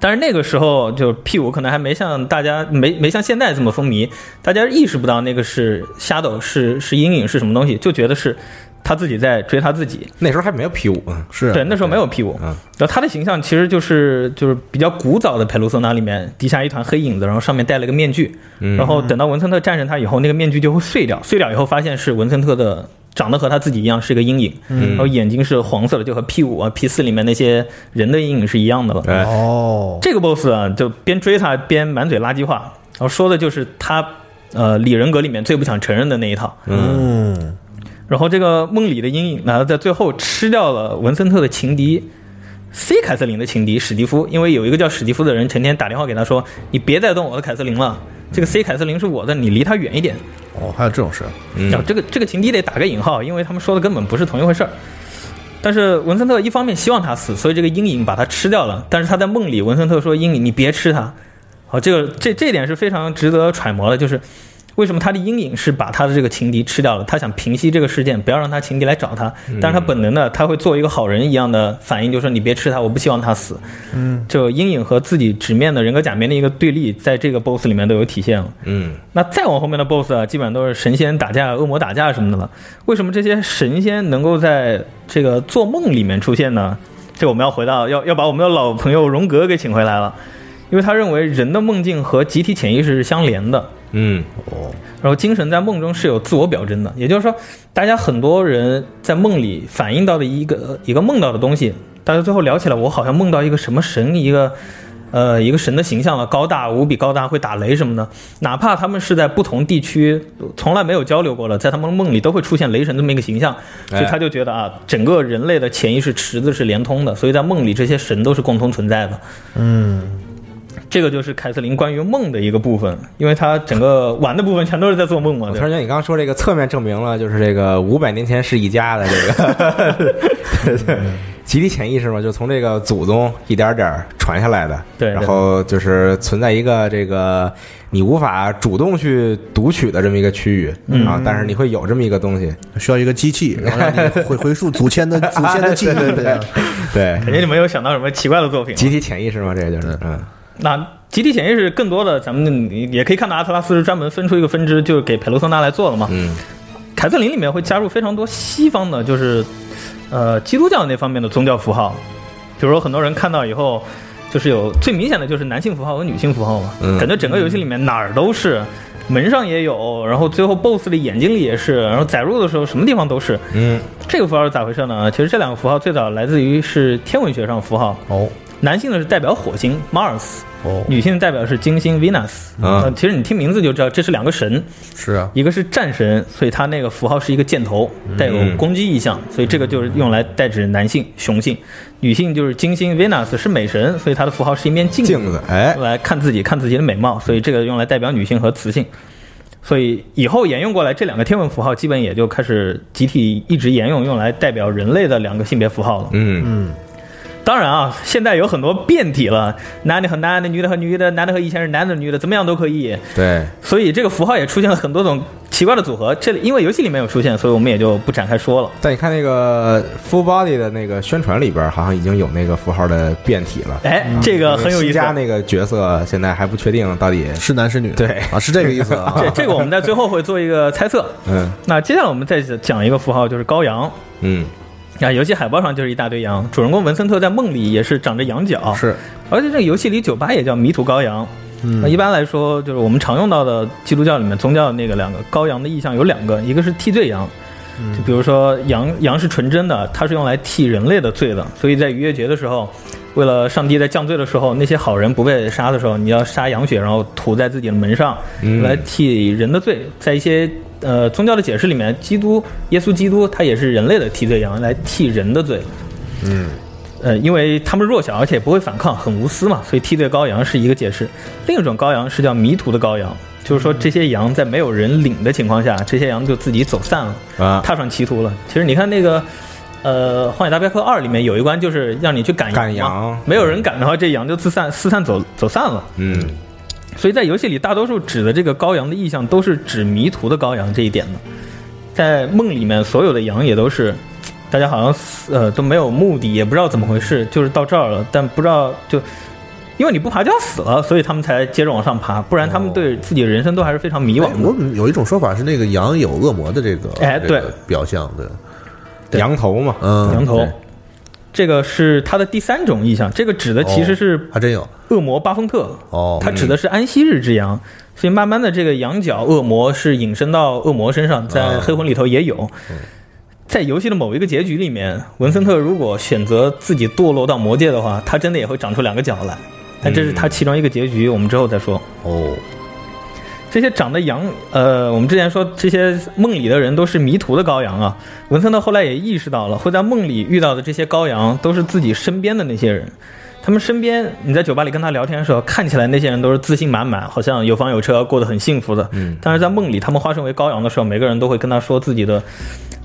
Speaker 2: 但是那个时候，就 P 五可能还没像大家没没像现在这么风靡，大家意识不到那个是 shadow 是是阴影是什么东西，就觉得是他自己在追他自己。
Speaker 3: 那时候还没有 P 五，嗯
Speaker 4: 是
Speaker 2: 对，那时候没有 P 五，
Speaker 3: 嗯
Speaker 2: 然后他的形象其实就是就是比较古早的佩鲁索纳里面，底下一团黑影子，然后上面戴了个面具，
Speaker 3: 嗯
Speaker 2: 然后等到文森特战胜他以后，那个面具就会碎掉，碎掉以后发现是文森特的。长得和他自己一样是个阴影，
Speaker 3: 嗯
Speaker 2: 然后眼睛是黄色的，就和 P 五啊 P 四里面那些人的阴影是一样的了。
Speaker 3: 哎，
Speaker 4: 哦，
Speaker 2: 这个 boss 啊，就边追他边满嘴垃圾话，然后说的就是他呃里人格里面最不想承认的那一套。
Speaker 3: 嗯，
Speaker 4: 嗯，
Speaker 2: 然后这个梦里的阴影呢，在最后吃掉了文森特的情敌 C 凯瑟琳的情敌史蒂夫，因为有一个叫史蒂夫的人成天打电话给他说：“你别再动我的凯瑟琳了，这个 C 凯瑟琳是我的，你离他远一点。”
Speaker 4: 哦，还有这种事，
Speaker 3: 嗯
Speaker 2: 然后这个这个情敌得打个引号，因为他们说的根本不是同一回事儿。但是文森特一方面希望他死，所以这个阴影把他吃掉了。但是他在梦里，文森特说：“阴影，你别吃它。”好，这个这这一点是非常值得揣摩的，就是为什么他的阴影是把他的这个情敌吃掉了？他想平息这个事件，不要让他情敌来找他。但是他本能的，他会做一个好人一样的反应，就是说你别吃他，我不希望他死。嗯，就阴影和自己直面的人格假面的一个对立，在这个 BOSS 里面都有体现了。
Speaker 3: 嗯，
Speaker 2: 那再往后面的 BOSS 啊，基本上都是神仙打架、恶魔打架什么的了。为什么这些神仙能够在这个做梦里面出现呢？这我们要回到要要把我们的老朋友荣格给请回来了，因为他认为人的梦境和集体潜意识是相连的，
Speaker 3: 嗯，
Speaker 4: 哦，
Speaker 2: 然后精神在梦中是有自我表征的。也就是说，大家很多人在梦里反映到的一个一个梦到的东西，大家最后聊起来，我好像梦到一个什么神，一个呃一个神的形象了，高大无比高大，会打雷什么的。哪怕他们是在不同地区从来没有交流过的，在他们梦里都会出现雷神这么一个形象，所以他就觉得啊，整个人类的潜意识池子是连通的，所以在梦里这些神都是共同存在的。嗯。这个就是凯瑟琳关于梦的一个部分，因为她整个玩的部分全都是在做梦嘛。
Speaker 3: 我
Speaker 2: 对
Speaker 3: 突
Speaker 2: 吧
Speaker 3: 然觉得啊你刚刚说这个侧面证明了，就是这个五百年前是一家的这个，对对，集体潜意识嘛，就从这个祖宗一点点儿传下来的，
Speaker 2: 对对
Speaker 3: 然后就是存在一个这个你无法主动去读取的这么一个区域，嗯、啊，但是你会有这么一个东西，
Speaker 4: 需要一个机 器，然后让你回回溯祖先的祖先的记忆，这样
Speaker 3: 对，
Speaker 2: 肯定你没有想到什么奇怪的作品。
Speaker 3: 集体潜意识嘛，这个就是，嗯，
Speaker 2: 那集体潜意识更多的，咱们也可以看到阿特拉斯是专门分出一个分支，就是给佩罗索纳来做了嘛。
Speaker 3: 嗯，
Speaker 2: 凯瑟琳里面会加入非常多西方的，就是呃基督教那方面的宗教符号，比如说很多人看到以后，就是有最明显的就是男性符号和女性符号嘛，
Speaker 3: 嗯
Speaker 2: 感觉整个游戏里面哪儿都是。门上也有，然后最后 BOSS 的眼睛里也是，然后载入的时候什么地方都是。
Speaker 3: 嗯，
Speaker 2: 这个符号是咋回事呢？其实这两个符号最早来自于是天文学上符号，
Speaker 4: 哦
Speaker 2: 男性的是代表火星 Mars，
Speaker 4: 哦，
Speaker 2: 女性代表是金星 Venus
Speaker 3: 啊
Speaker 2: 呃其实你听名字就知道，这是两个神，
Speaker 4: 是啊，
Speaker 2: 一个是战神，所以它那个符号是一个箭头，带有攻击意象，所以这个就是用来代指男性、雄性；女性就是金星 Venus 是美神，所以它的符号是一面镜子，
Speaker 3: 镜子，哎，
Speaker 2: 来看自己、看自己的美貌，所以这个用来代表女性和雌性。所以以后沿用过来，这两个天文符号基本也就开始集体一直沿用，用来代表人类的两个性别符号了。
Speaker 3: 嗯，
Speaker 2: 当然啊，现在有很多变体了，男的和男的，女的和女的，男的和以前是男的女的，怎么样都可以。
Speaker 3: 对，
Speaker 2: 所以这个符号也出现了很多种奇怪的组合。这里因为游戏里面有出现，所以我们也就不展开说了。
Speaker 3: 但你看那个 Full Body 的那个宣传里边，好像已经有那个符号的变体了。
Speaker 2: 哎，这个很有意思。
Speaker 3: 新加嗯那个角色现在还不确定到底，
Speaker 4: 是男是女，
Speaker 3: 对
Speaker 4: 啊，是这个意思啊。
Speaker 2: 这这个我们在最后会做一个猜测。
Speaker 3: 嗯
Speaker 2: 那接下来我们再讲一个符号，就是羔羊。
Speaker 3: 嗯，
Speaker 2: 啊，游戏海报上就是一大堆羊，主人公文森特在梦里也是长着羊角，
Speaker 4: 啊是
Speaker 2: 而且这个游戏里酒吧也叫迷途羔羊。那一般来说，就是我们常用到的基督教里面宗教的那个两个羔羊的意象有两个，一个是替罪羊，就比如说羊羊是纯真的，它是用来替人类的罪的，所以在逾越节的时候，为了上帝在降罪的时候，那些好人不被杀的时候，你要杀羊血，然后涂在自己的门上，
Speaker 3: 嗯
Speaker 2: 来替人的罪。在一些呃宗教的解释里面，基督耶稣基督他也是人类的替罪羊，来替人的罪。呃，因为他们弱小，而且不会反抗，很无私嘛，所以梯队羔羊是一个解释。另一种羔羊是叫迷途的羔羊，就是说这些羊在没有人领的情况下，这些羊就自己走散了，
Speaker 3: 啊
Speaker 2: 踏上歧途了。其实你看那个。呃，《荒野大镖客二》里面有一关就是让你去赶羊嘛，
Speaker 3: 赶羊
Speaker 2: 没有人赶的话，这羊就自散四散走走散了。
Speaker 3: 嗯
Speaker 2: 所以在游戏里，大多数指的这个羔羊的意象都是指迷途的羔羊这一点的。在梦里面，所有的羊也都是，大家好像死呃都没有目的，也不知道怎么回事，就是到这儿了，但不知道就。因为你不爬就要死了，所以他们才接着往上爬，不然他们对自己的人生都还是非常迷惘
Speaker 4: 哎
Speaker 2: 的。
Speaker 4: 我们有一种说法是那个羊有恶魔的这个，
Speaker 2: 哎
Speaker 4: 这个
Speaker 2: 对
Speaker 4: 表象对，
Speaker 2: 对
Speaker 3: 羊头嘛，
Speaker 4: 嗯，
Speaker 2: 羊头
Speaker 3: 对，
Speaker 2: 这个是它的第三种意象，这个指的其实是
Speaker 4: 还真有
Speaker 2: 恶魔巴丰特，
Speaker 4: 哦，
Speaker 2: 它指的是安息日之羊，所以慢慢的这个羊角恶魔是引申到恶魔身上，在黑魂里头也有。在游戏的某一个结局里面，文森特如果选择自己堕落到魔界的话，他真的也会长出两个角来。但这是他其中一个结局，我们之后再说。
Speaker 4: 哦，
Speaker 2: 这些长得羊，呃，我们之前说这些梦里的人都是迷途的羔羊啊。文森特后来也意识到了，会在梦里遇到的这些羔羊都是自己身边的那些人。他们身边，你在酒吧里跟他聊天的时候，看起来那些人都是自信满满，好像有房有车，过得很幸福的。
Speaker 3: 嗯，
Speaker 2: 但是在梦里，他们化身为羔羊的时候，每个人都会跟他说自己的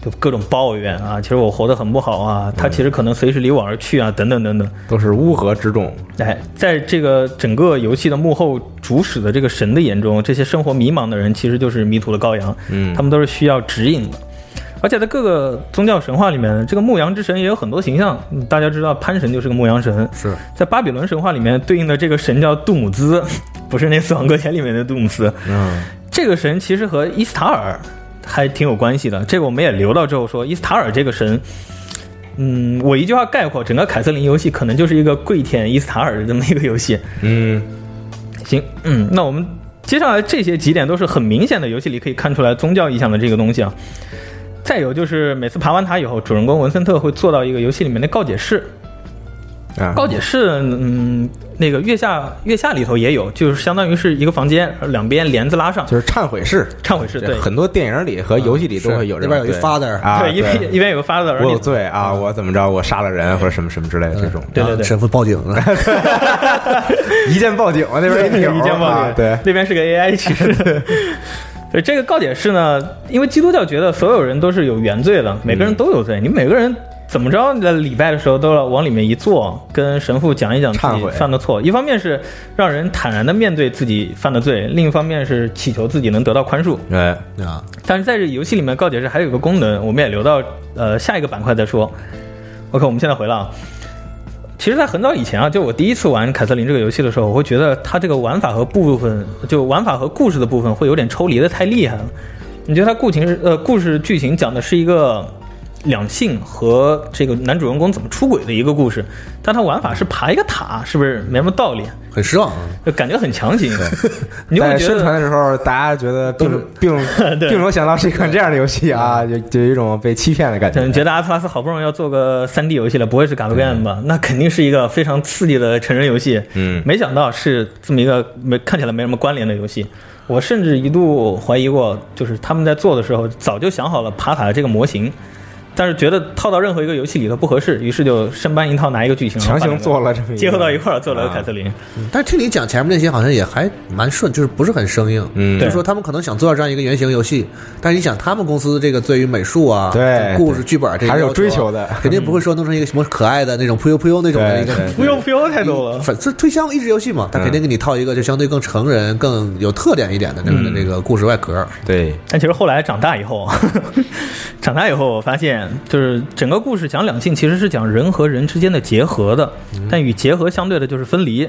Speaker 2: 就各种抱怨啊，其实我活得很不好啊，他其实可能随时离我而去啊，等等等等。
Speaker 3: 都是乌合之众，
Speaker 2: 哎，在这个整个游戏的幕后主使的这个神的眼中，这些生活迷茫的人其实就是迷途的羔羊，
Speaker 3: 嗯
Speaker 2: 他们都是需要指引的。而且在各个宗教神话里面，这个牧羊之神也有很多形象。嗯大家知道，潘神就是个牧羊神，
Speaker 4: 是
Speaker 2: 在巴比伦神话里面对应的这个神叫杜姆兹，不是那《死亡搁浅》里面的杜姆斯。
Speaker 3: 嗯
Speaker 2: 这个神其实和伊斯塔尔还挺有关系的。这个我们也留到之后说。伊斯塔尔这个神，嗯，我一句话概括整个凯瑟琳游戏，可能就是一个跪舔伊斯塔尔的这么一个游戏。
Speaker 3: 嗯
Speaker 2: 行，嗯，那我们接下来这些几点都是很明显的，游戏里可以看出来宗教意向的这个东西啊。再有就是每次爬完塔以后，主人公文森特会坐到一个游戏里面的告解室，
Speaker 3: 啊，
Speaker 2: 告解室，嗯，那个月下月下里头也有，就是相当于是一个房间，两边帘子拉上，
Speaker 3: 就是忏悔室，
Speaker 2: 忏悔室，
Speaker 3: 这
Speaker 2: 对，
Speaker 3: 很多电影里和游戏里都会有这
Speaker 4: 那
Speaker 3: 种
Speaker 4: 边有一
Speaker 3: 对
Speaker 4: father
Speaker 3: 啊，
Speaker 2: 对，一边一边有个发的，而
Speaker 3: 我
Speaker 2: 且
Speaker 3: 有罪啊，我怎么着，我杀了人或者什么什么之类的这种，
Speaker 2: 嗯
Speaker 3: 啊
Speaker 2: 对对对
Speaker 4: 神父报警了，
Speaker 3: 一键报警啊，那边一钮 儿
Speaker 2: 一键报
Speaker 3: 啊
Speaker 2: 警，
Speaker 3: 对，
Speaker 2: 那边是个 AI 骑士。对这个告解室呢，因为基督教觉得所有人都是有原罪的，每个
Speaker 3: 嗯
Speaker 2: 人都有罪，你每个人怎么着，你在礼拜的时候都要往里面一坐，跟神父讲一讲自
Speaker 3: 忏
Speaker 2: 己
Speaker 3: 悔
Speaker 2: 犯的错。一方面是让人坦然的面对自己犯的罪，另一方面是祈求自己能得到宽恕。
Speaker 3: 哎，
Speaker 4: 啊，
Speaker 2: 但是在这游戏里面，告解室还有一个功能，我们也留到呃下一个板块再说。OK，我们现在回了啊。其实，在很早以前啊，就我第一次玩凯瑟琳这个游戏的时候，我会觉得它这个玩法和部分，就玩法和故事的部分会有点抽离的太厉害了。你觉得它故情是呃故事剧情讲的是一个两性和这个男主人公怎么出轨的一个故事，但它玩法是爬一个塔，是不是没什么道理？
Speaker 4: 很失望啊。
Speaker 2: 就感觉很强行。你就会
Speaker 3: 在
Speaker 2: 觉
Speaker 3: 宣
Speaker 2: 得
Speaker 3: 传的时候，大家觉得并并
Speaker 2: 对嗯
Speaker 3: 并没有想到是一款这样的游戏啊，就就有一种被欺骗的感
Speaker 2: 对你觉
Speaker 3: 觉。
Speaker 2: 得阿特拉斯好不容易要做个三 D 游戏了，不会是 g a l g a m 吧？那肯定是一个非常刺激的成人游戏。
Speaker 3: 嗯
Speaker 2: 没想到是这么一个没看起来没什么关联的游戏。我甚至一度怀疑过，就是他们在做的时候早就想好了爬塔这个模型，但是觉得套到任何一个游戏里头不合适，于是就生搬硬套拿一个剧情，
Speaker 3: 强行做
Speaker 2: 了，
Speaker 3: 了这么一个
Speaker 2: 结合到一块儿做了凯瑟
Speaker 3: 啊
Speaker 2: 琳。
Speaker 4: 但是听你讲前面那些好像也还蛮顺，就是不是很生硬。
Speaker 3: 嗯，
Speaker 4: 就是说他们可能想做到这样一个原型游戏，但是你想他们公司这个对于美术啊、
Speaker 3: 对
Speaker 4: 故事剧本这些
Speaker 3: 还是有
Speaker 4: 要啊
Speaker 3: 追求的
Speaker 4: 肯定不会说弄成一个什么可爱的那种扑悠扑悠那种的
Speaker 3: 对
Speaker 4: 一个。
Speaker 3: 对
Speaker 2: 不用不用太多了，
Speaker 4: 反正推箱益智游戏嘛，他
Speaker 3: 嗯
Speaker 4: 肯定给你套一个就相对更成人、更有特点一点的这个
Speaker 2: 嗯
Speaker 4: 这个故事外壳。
Speaker 3: 对，
Speaker 2: 但其实后来长大以后， 长大以后我发现，就是整个故事讲两性其实是讲人和人之间的结合的，
Speaker 4: 嗯
Speaker 2: 但与结合相对的就是分离。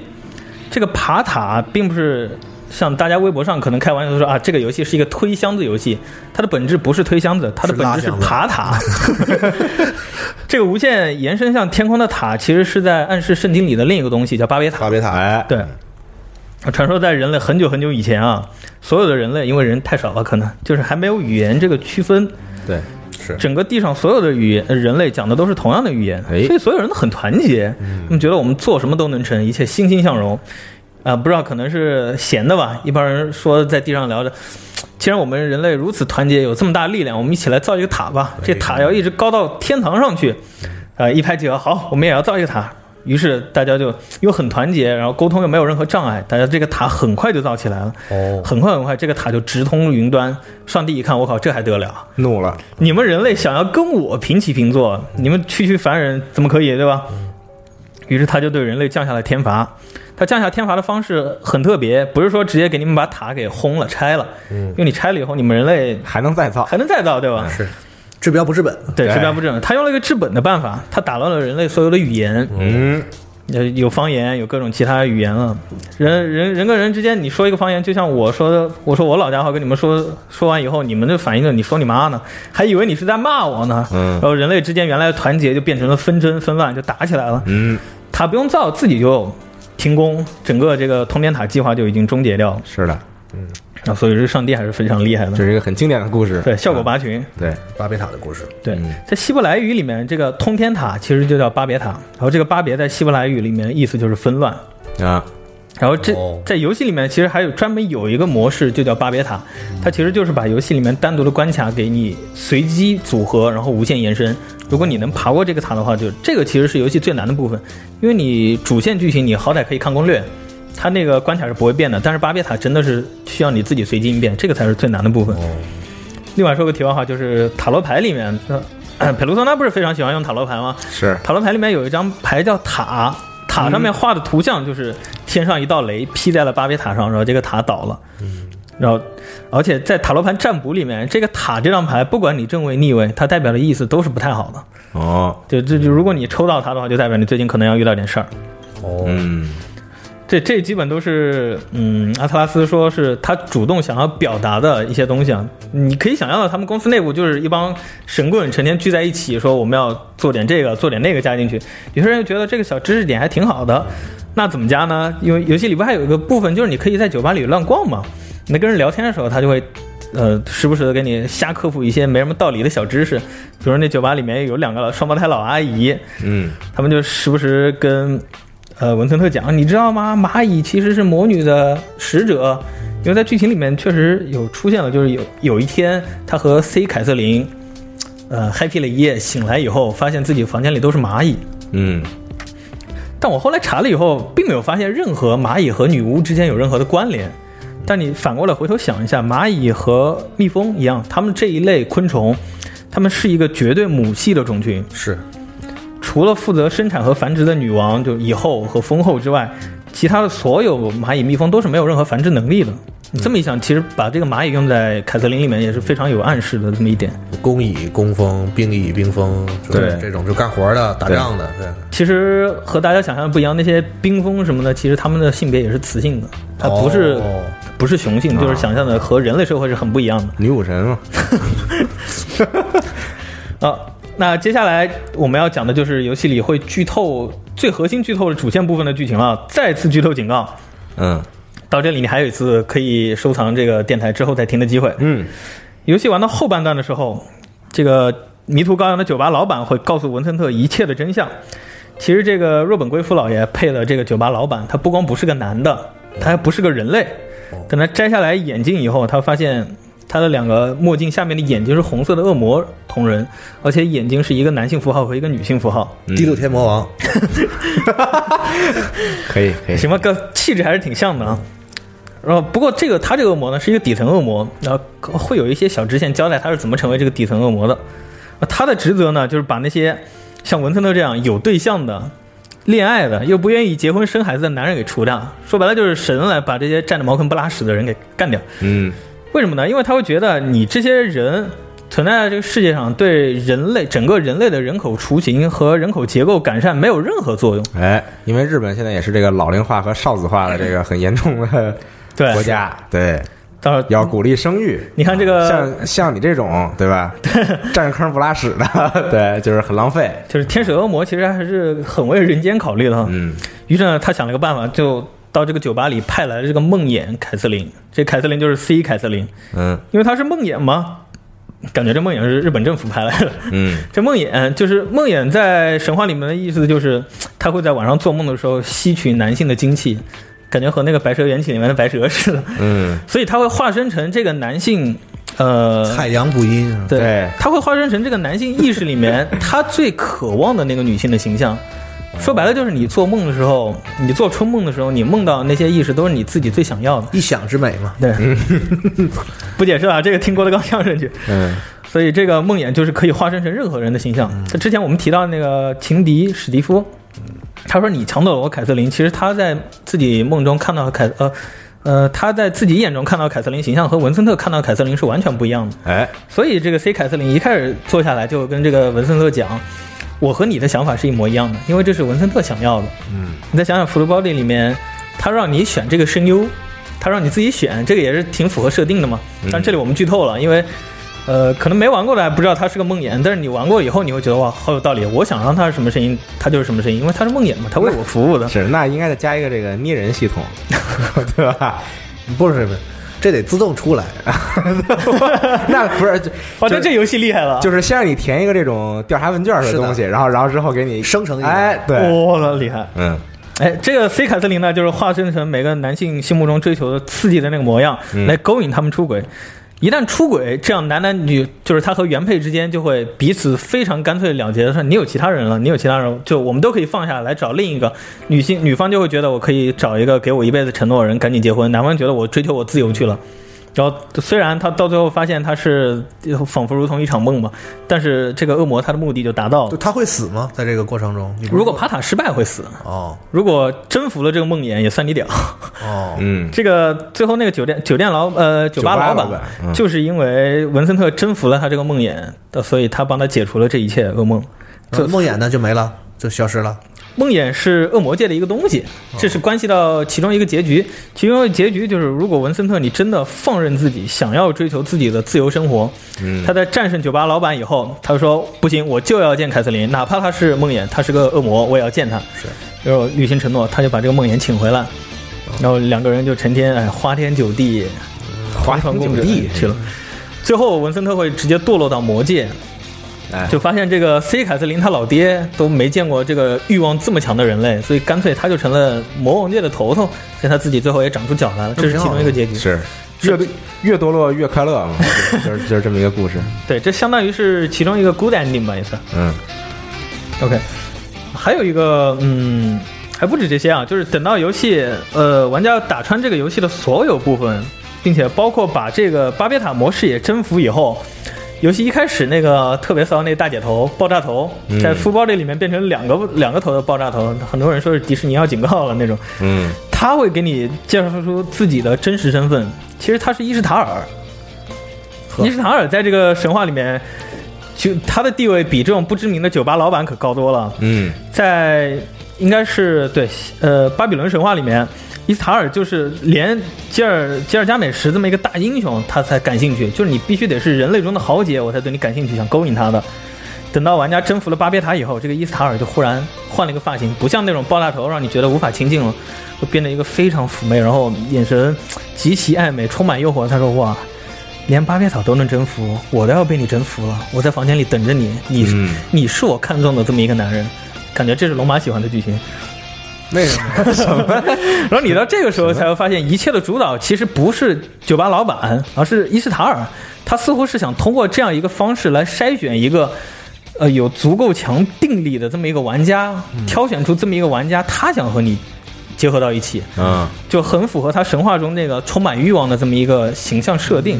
Speaker 2: 这个爬塔并不是像大家微博上可能开玩笑说啊，这个游戏是一个推箱子游戏，它的本质不是推箱子，它的
Speaker 4: 是
Speaker 2: 本
Speaker 4: 拉
Speaker 2: 质是
Speaker 4: 箱子
Speaker 2: 爬塔。 这个无限延伸向天空的塔，其实是在暗示圣经里的另一个东西，叫巴别塔。
Speaker 3: 巴别塔哎，
Speaker 2: 对，传说在人类很久很久以前啊，所有的人类因为人太少了，可能就是还没有语言这个区分，
Speaker 3: 对，
Speaker 2: 整个地上所有的语言，呃人类讲的都是同样的语言，
Speaker 3: 哎
Speaker 2: 所以所有人都很团结，他们觉得我们做什么都能成，一切欣欣向荣。啊、不知道可能是闲的吧，一般人说在地上聊着。既然我们人类如此团结，有这么大力量，我们一起来造一个塔吧。这塔要一直高到天堂上去，呃，一拍即合。好，我们也要造一个塔。于是大家就又很团结，然后沟通又没有任何障碍，大家这个塔很快就造起来了。
Speaker 4: 哦，
Speaker 2: 很快很快，这个塔就直通云端。上帝一看，我靠，这还得了？
Speaker 3: 怒了，
Speaker 2: 你们人类想要跟我平起平坐，你们区区凡人怎么可以，对吧？于是他就对人类降下了天罚。他降下天罚的方式很特别，不是说直接给你们把塔给轰了、拆了，因为你拆了以后，你们人类
Speaker 3: 还能再造，
Speaker 2: 还能再造，对吧？
Speaker 4: 是治标不治本。
Speaker 2: 对，
Speaker 3: 对
Speaker 2: 治标不治本。他用了一个治本的办法，他打乱了人类所有的语言，
Speaker 3: 嗯，
Speaker 2: 有呃有方言，有各种其他语言了。人人人跟人之间，你说一个方言，就像我说的，我说我老家话跟你们说说完以后，你们就反应着你说你妈呢，还以为你是在骂我呢。
Speaker 3: 嗯
Speaker 2: 然后人类之间原来的团结就变成了纷争纷乱，就打起来了。
Speaker 3: 嗯，
Speaker 2: 塔不用造，自己就停工，整个这个通天塔计划就已经终结掉了。
Speaker 3: 是的，
Speaker 2: 啊，所以这上帝还是非常厉害
Speaker 3: 这
Speaker 2: 的。
Speaker 3: 是一个很经典的故事，嗯
Speaker 2: 对，效果拔群。
Speaker 3: 对，
Speaker 4: 巴别塔的故事，
Speaker 2: 对
Speaker 3: 嗯，
Speaker 2: 在希伯来语里面，这个通天塔其实就叫巴别塔，然后这个巴别在希伯来语里面意思就是纷乱。
Speaker 3: 啊，
Speaker 2: 然后这
Speaker 4: 哦
Speaker 2: 在游戏里面其实还有专门有一个模式，就叫巴别塔，它其实就是把游戏里面单独的关卡给你随机组合，然后无限延伸。如果你能爬过这个塔的话，就这个其实是游戏最难的部分，因为你主线剧情你好歹可以看攻略，它那个关卡是不会变的，但是巴别塔真的是需要你自己随机应变，这个才是最难的部分。另外说个题外话，就是塔罗牌里面，呃， 佩鲁索纳不是非常喜欢用塔罗牌吗？
Speaker 3: 是，
Speaker 2: 塔罗牌里面有一张牌叫塔，塔上面画的图像就是天上一道雷劈在了巴别塔上，然后这个塔倒了。然后，而且在塔罗牌占卜里面，这个塔这张牌，不管你正位逆位，它代表的意思都是不太好的。
Speaker 3: 哦，
Speaker 2: 就这就，如果你抽到它的话，就代表你最近可能要遇到点事儿。
Speaker 4: 哦
Speaker 3: 嗯，
Speaker 2: 这这基本都是，嗯，阿特拉斯说是他主动想要表达的一些东西啊。你可以想象到，他们公司内部就是一帮神棍，成天聚在一起，说我们要做点这个，做点那个加进去。有些人觉得这个小知识点还挺好的，那怎么加呢？因为游戏里边还有一个部分，就是你可以在酒吧里乱逛嘛。你在跟人聊天的时候，他就会。呃，时不时的给你瞎科普一些没什么道理的小知识，比如那酒吧里面有两个双胞胎老阿姨，
Speaker 3: 嗯，
Speaker 2: 他们就时不时跟呃文森特讲，你知道吗？蚂蚁其实是魔女的使者，因为在剧情里面确实有出现了，就是有有一天他和 C 凯瑟琳呃 happy 了一夜，醒来以后发现自己房间里都是蚂蚁。
Speaker 3: 嗯，
Speaker 2: 但我后来查了以后，并没有发现任何蚂蚁和女巫之间有任何的关联。但你反过来回头想一下，蚂蚁和蜜蜂一样，它们这一类昆虫，它们是一个绝对母系的种群，
Speaker 4: 是
Speaker 2: 除了负责生产和繁殖的女王，就蚁后和蜂后之外，其他的所有蚂蚁、蜜蜂都是没有任何繁殖能力的。你这么一想，其实把这个蚂蚁用在凯瑟琳里面也是非常有暗示的这么一点。
Speaker 4: 工蚁工蜂，兵蚁兵蜂，就是
Speaker 3: 对
Speaker 4: 这种就干活的、打
Speaker 3: 对
Speaker 4: 仗的，对。
Speaker 2: 其实和大家想象的不一样，那些冰蜂什么的，其实它们的性别也是雌性的，它不是、
Speaker 4: 哦
Speaker 2: 不是雄性，就是想象的和人类社会是很不一样的。
Speaker 3: 女武神嘛，
Speaker 2: 啊，那接下来我们要讲的就是游戏里会剧透最核心剧透的主线部分的剧情了。再次剧透警告，
Speaker 3: 嗯
Speaker 2: 到这里你还有一次可以收藏这个电台之后再听的机会。
Speaker 3: 嗯，
Speaker 2: 游戏玩到后半段的时候，这个迷途羔羊的酒吧老板会告诉文森特一切的真相。其实这个若本圭夫老爷配了这个酒吧老板，他不光不是个男的，他还不是个人类。等他摘下来眼镜以后，他发现他的两个墨镜下面的眼睛是红色的恶魔同人，而且眼睛是一个男性符号和一个女性符号。
Speaker 3: 嗯
Speaker 4: 第六天魔王，
Speaker 3: 可以可以，
Speaker 2: 行吧，个气质还是挺像的啊。然后，不过这个他这个恶魔呢是一个底层恶魔，然后会有一些小支线交代他是怎么成为这个底层恶魔的。呃他的职责呢就是把那些像文森特这样有对象的、恋爱的又不愿意结婚生孩子的男人给除掉。说白了就是神来把这些占着茅坑不拉屎的人给干掉。
Speaker 3: 嗯
Speaker 2: 为什么呢？因为他会觉得你这些人存在在这个世界上，对人类整个人类的人口雏形和人口结构改善没有任何作用。
Speaker 3: 哎，因为日本现在也是这个老龄化和少子化的这个很严重的
Speaker 2: 对，
Speaker 3: 国家，对，
Speaker 2: 当然
Speaker 3: 要鼓励生育。
Speaker 2: 你看这个
Speaker 3: 像像你这种呃对吧，占坑不拉屎的，对，就是很浪费。
Speaker 2: 就是天使恶魔其实还是很为人间考虑的哈。
Speaker 3: 嗯，
Speaker 2: 于是呢，他想了个办法，就到这个酒吧里派来了这个梦魇凯瑟琳。这凯瑟琳就是 C 凯瑟琳，
Speaker 3: 嗯
Speaker 2: 因为她是梦魇嘛。感觉这梦魇是日本政府派来的。
Speaker 3: 嗯
Speaker 2: 这梦魇就是梦魇，在神话里面的意思就是，他会在晚上做梦的时候吸取男性的精气，感觉和那个《白蛇缘起》里面的白蛇似的。
Speaker 3: 嗯，
Speaker 2: 所以他会化身成这个男性，呃，
Speaker 4: 海洋不阴，啊
Speaker 3: 对
Speaker 2: 他会化身成这个男性意识里面他最渴望的那个女性的形象。说白了就是你做梦的时候，你做春梦的时候，你梦到那些意识都是你自己最想要的。
Speaker 4: 一想之美嘛。
Speaker 2: 对， 不解释了，这个听郭德纲相声去。
Speaker 3: 嗯
Speaker 2: 所以这个梦魇就是可以化身成任何人的形象。之前我们提到那个情敌史蒂夫，他说你抢走了我凯瑟琳，其实他在自己梦中看到凯呃呃他在自己眼中看到凯瑟琳形象和文森特看到凯瑟琳是完全不一样的。
Speaker 3: 哎
Speaker 2: 所以这个 C 凯瑟琳一开始坐下来就跟这个文森特讲，我和你的想法是一模一样的，因为这是文森特想要的。
Speaker 3: 嗯，
Speaker 2: 你再想想《福禄包利》里面，他让你选这个声优，他让你自己选，这个也是挺符合设定的嘛。
Speaker 3: 嗯
Speaker 2: 但这里我们剧透了，因为。呃，可能没玩过的还不知道它是个梦魇，但是你玩过以后，你会觉得哇，好有道理。我想让它是什么声音，它就是什么声音，因为它是梦魇嘛，它为我服务 的。
Speaker 3: 是那应该再加一个这个捏人系统，对吧？
Speaker 4: 不是不是，这得自动出来。
Speaker 3: 那不是就
Speaker 2: 哇，那
Speaker 3: 就
Speaker 2: 这游戏厉害了！
Speaker 3: 就是先让你填一个这种调查问卷的
Speaker 4: 是的
Speaker 3: 东西，然后然后之后给你
Speaker 4: 生成一个
Speaker 3: 哎对，
Speaker 2: 哇、厉害！
Speaker 3: 嗯
Speaker 2: 哎，这个 C 凯瑟琳呢，就是化身成每个男性心目中追求的刺激的那个模样，
Speaker 3: 嗯
Speaker 2: 来勾引他们出轨。一旦出轨，这样男男女就是他和原配之间就会彼此非常干脆了结的说，你有其他人了，你有其他人，就我们都可以放下来找另一个女性，女方就会觉得我可以找一个给我一辈子承诺的人，赶紧结婚；男方觉得我追求我自由去了。然后虽然他到最后发现他是仿佛如同一场梦嘛，但是这个恶魔他的目的就达到
Speaker 4: 就
Speaker 2: 了。
Speaker 4: 他会死吗？在这个过程中，你不是
Speaker 2: 如果
Speaker 4: 说
Speaker 2: 帕塔失败会死，
Speaker 4: 哦
Speaker 2: 如果征服了这个梦魇也算你屌。
Speaker 4: 哦，
Speaker 3: 嗯
Speaker 2: 这个最后那个酒店酒店老呃酒吧
Speaker 3: 酒吧
Speaker 2: 老
Speaker 3: 老
Speaker 2: 板
Speaker 3: 板嗯
Speaker 2: 就是因为文森特征服了他这个梦魇，的所以他帮他解除了这一切噩梦。
Speaker 4: 这梦魇呢就没了，就消失了。
Speaker 2: 梦魇是恶魔界的一个东西，
Speaker 3: 哦
Speaker 2: 这是关系到其中一个结局。其中一个结局就是，如果文森特你真的放任自己，想要追求自己的自由生活，
Speaker 3: 嗯
Speaker 2: 他在战胜酒吧老板以后，他说不行，我就要见凯瑟琳，哪怕她是梦魇，她是个恶魔，我也要见她。
Speaker 4: 是，
Speaker 2: 然后履行承诺，他就把这个梦魇请回来，
Speaker 3: 哦
Speaker 2: 然后两个人就成天哎花天酒地，
Speaker 3: 华
Speaker 2: 皇
Speaker 3: 天
Speaker 2: 宫
Speaker 3: 九
Speaker 2: 地
Speaker 3: 地
Speaker 2: 去了。最后，文森特会直接堕落到魔界，
Speaker 3: 哎
Speaker 2: 就发现这个 C 凯瑟琳他老爹都没见过这个欲望这么强的人类，所以干脆他就成了魔王界的头头，但他自己最后也长出脚来了，这是其中一个结局。
Speaker 3: 是越越堕落越快乐嘛，就是就是这么一个故事，
Speaker 2: 对，这相当于是其中一个 good ending 吧，也算。
Speaker 3: 嗯
Speaker 2: OK，还有一个，嗯，还不止这些啊，就是等到游戏，呃，玩家打穿这个游戏的所有部分，并且包括把这个巴别塔模式也征服以后，游戏一开始那个特别骚那大姐头爆炸头，
Speaker 3: 嗯
Speaker 2: 在书包这里面变成两个两个头的爆炸头，很多人说是迪士尼要警告了那种，
Speaker 3: 嗯
Speaker 2: 他会给你介绍出自己的真实身份，其实他是伊什塔尔。
Speaker 4: 呵
Speaker 2: 伊什塔尔在这个神话里面，就他的地位比这种不知名的酒吧老板可高多了。
Speaker 3: 嗯
Speaker 2: 在应该是对呃巴比伦神话里面，伊斯塔尔就是连吉尔吉尔加美什这么一个大英雄，他才感兴趣，就是你必须得是人类中的豪杰，我才对你感兴趣，想勾引他的。等到玩家征服了巴别塔以后，这个伊斯塔尔就忽然换了一个发型，不像那种爆炸头让你觉得无法亲近了，就变得一个非常妩媚，然后眼神极其暧昧，充满诱惑。他说：“哇，连巴别塔都能征服，我都要被你征服了。我在房间里等着你，你、
Speaker 3: 嗯
Speaker 2: 你是我看中的这么一个男人。”感觉这是龙马喜欢的剧情。
Speaker 3: 为什么？
Speaker 2: 然后你到这个时候才会发现，一切的主导其实不是酒吧老板，而是伊斯塔尔。他似乎是想通过这样一个方式来筛选一个，呃，有足够强定力的这么一个玩家，挑选出这么一个玩家，他想和你结合到一起，
Speaker 3: 嗯，
Speaker 2: 就很符合他神话中那个充满欲望的这么一个形象设定。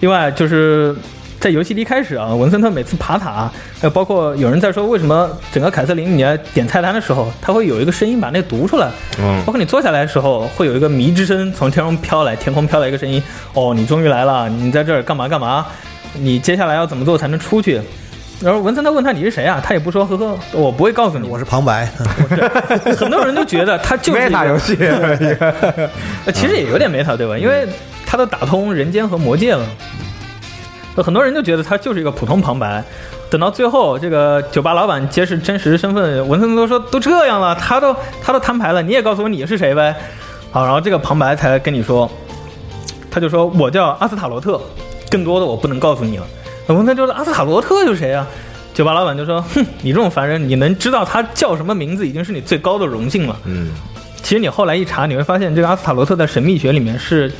Speaker 2: 另外就是在游戏的一开始啊，文森特每次爬塔，还有包括有人在说为什么整个凯瑟琳你在点菜单的时候，他会有一个声音把那读出来，
Speaker 3: 嗯
Speaker 2: 包括你坐下来的时候，会有一个迷之声从天空飘来，天空飘来一个声音，哦，你终于来了，你在这儿干嘛干嘛？你接下来要怎么做才能出去？然后文森特问他你是谁啊？他也不说，呵呵，我不会告诉你。
Speaker 4: 我是旁白，
Speaker 2: 很多人都觉得他 就是一个
Speaker 3: ，meta 游戏，
Speaker 2: 呃，其实也有点 meta 对吧？因为他都打通人间和魔界了，那很多人就觉得他就是一个普通旁白。等到最后，这个酒吧老板揭示真实身份，文森特都说都这样了，他都他都摊牌了，你也告诉我你是谁呗。好，然后这个旁白才跟你说，他就说我叫阿斯塔罗特，更多的我不能告诉你了。文森特就说阿斯塔罗特是谁啊？酒吧老板就说，哼，你这种凡人，你能知道他叫什么名字，已经是你最高的荣幸了。
Speaker 3: 嗯，
Speaker 2: 其实你后来一查，你会发现这个阿斯塔罗特在神秘学里面是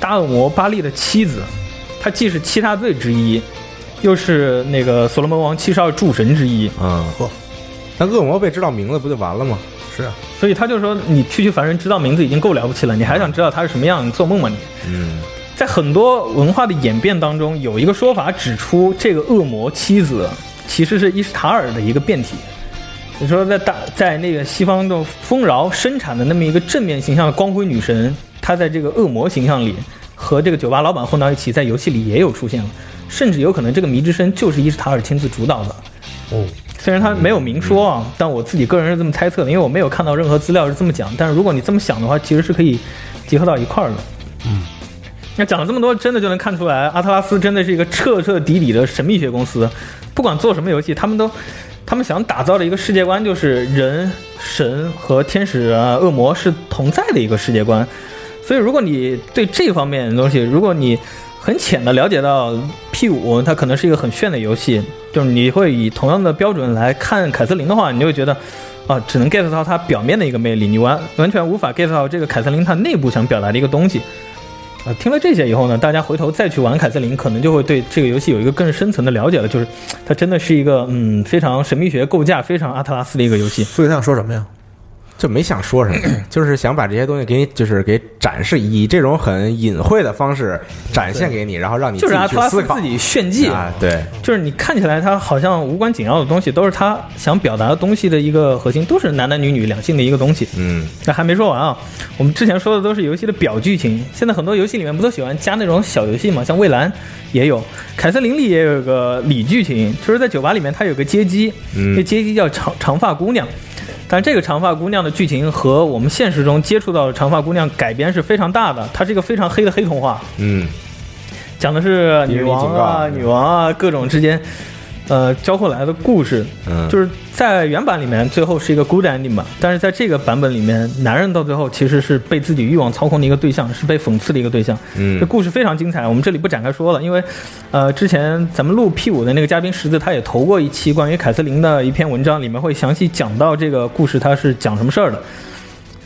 Speaker 2: 大恶魔巴利的妻子，她既是七大罪之一，又是那个所罗门王七十二诸神之一，
Speaker 3: 嗯
Speaker 4: 嚯，
Speaker 3: 那恶魔被知道名字不就完了吗？
Speaker 4: 是啊，
Speaker 2: 所以他就说你区区凡人知道名字已经够了不起了，你还想知道他是什么样？你做梦吧你！
Speaker 3: 嗯，
Speaker 2: 在很多文化的演变当中，有一个说法指出，这个恶魔妻子其实是伊什塔尔的一个变体。你说在大在那个西方的丰饶生产的那么一个正面形象的光辉女神，她在这个恶魔形象里和这个酒吧老板混到一起，在游戏里也有出现了，甚至有可能这个迷之声就是伊什塔尔亲自主导的。
Speaker 4: 哦，
Speaker 2: 虽然他没有明说啊，但我自己个人是这么猜测的，因为我没有看到任何资料是这么讲。但是如果你这么想的话，其实是可以结合到一块儿的。嗯，那讲了这么多，真的就能看出来，阿特拉斯真的是一个彻彻底底的神秘学公司。不管做什么游戏，他们都，他们想打造的一个世界观就是人、神和天使啊、恶魔是同在的一个世界观。所以，如果你对这方面的东西，如果你很浅的了解到 P 五，它可能是一个很炫的游戏，就是你会以同样的标准来看凯瑟琳的话，你就会觉得，啊，只能 get 到它表面的一个魅力，你完完全无法 get 到这个凯瑟琳它内部想表达的一个东西。啊，听了这些以后呢，大家回头再去玩凯瑟琳，可能就会对这个游戏有一个更深层的了解了，就是它真的是一个嗯非常神秘学构架、非常阿特拉斯的一个游戏。
Speaker 4: 所以他想说什么呀？
Speaker 3: 就没想说什么， 就是想把这些东西给你，就是给展示，以这种很隐晦的方式展现给你，然后让你
Speaker 2: 就
Speaker 3: 自
Speaker 2: 是阿
Speaker 3: 己去
Speaker 2: 特拉斯
Speaker 3: 思考
Speaker 2: 自己炫技
Speaker 3: 啊，对，
Speaker 2: 就是你看起来它好像无关紧要的东西，都是他想表达的东西的一个核心，都是男男女女两性的一个东西。
Speaker 3: 嗯，
Speaker 2: 那还没说完啊，我们之前说的都是游戏的表剧情，现在很多游戏里面不都喜欢加那种小游戏嘛？像蔚蓝也有，凯瑟琳里也有个里剧情，就是在酒吧里面它有个街机，
Speaker 3: 嗯
Speaker 2: 这街机叫长长发姑娘。但这个长发姑娘的剧情和我们现实中接触到的长发姑娘改编是非常大的，它是一个非常黑的黑童话。
Speaker 3: 嗯，
Speaker 2: 讲的是女王啊、
Speaker 3: 比如你警告
Speaker 2: 女王啊各种之间，呃，交互来的故事。
Speaker 3: 嗯，
Speaker 2: 就是在原版里面，最后是一个 good ending 吧，但是在这个版本里面，男人到最后其实是被自己欲望操控的一个对象，是被讽刺的一个对象。
Speaker 3: 嗯
Speaker 2: 这故事非常精彩，我们这里不展开说了，因为，呃，之前咱们录 P 五的那个嘉宾石子他也投过一期关于凯瑟琳的一篇文章，里面会详细讲到这个故事它是讲什么事儿的。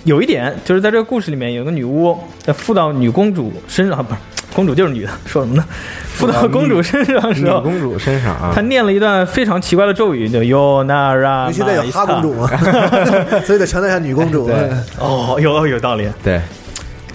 Speaker 2: 有一点就是在这个故事里面，有个女巫在附到女公主身上，不是公主就是女的，说什么呢？附到公主身上的时
Speaker 3: 女
Speaker 2: 候，
Speaker 3: 公主身上啊
Speaker 2: 他，念了一段非常奇怪的咒语，就 “Yo na ra”，
Speaker 4: 尤其得有哈公主。嘛， 所以得强调一下女公主。
Speaker 3: 对
Speaker 2: 哦，有有道理。
Speaker 3: 对，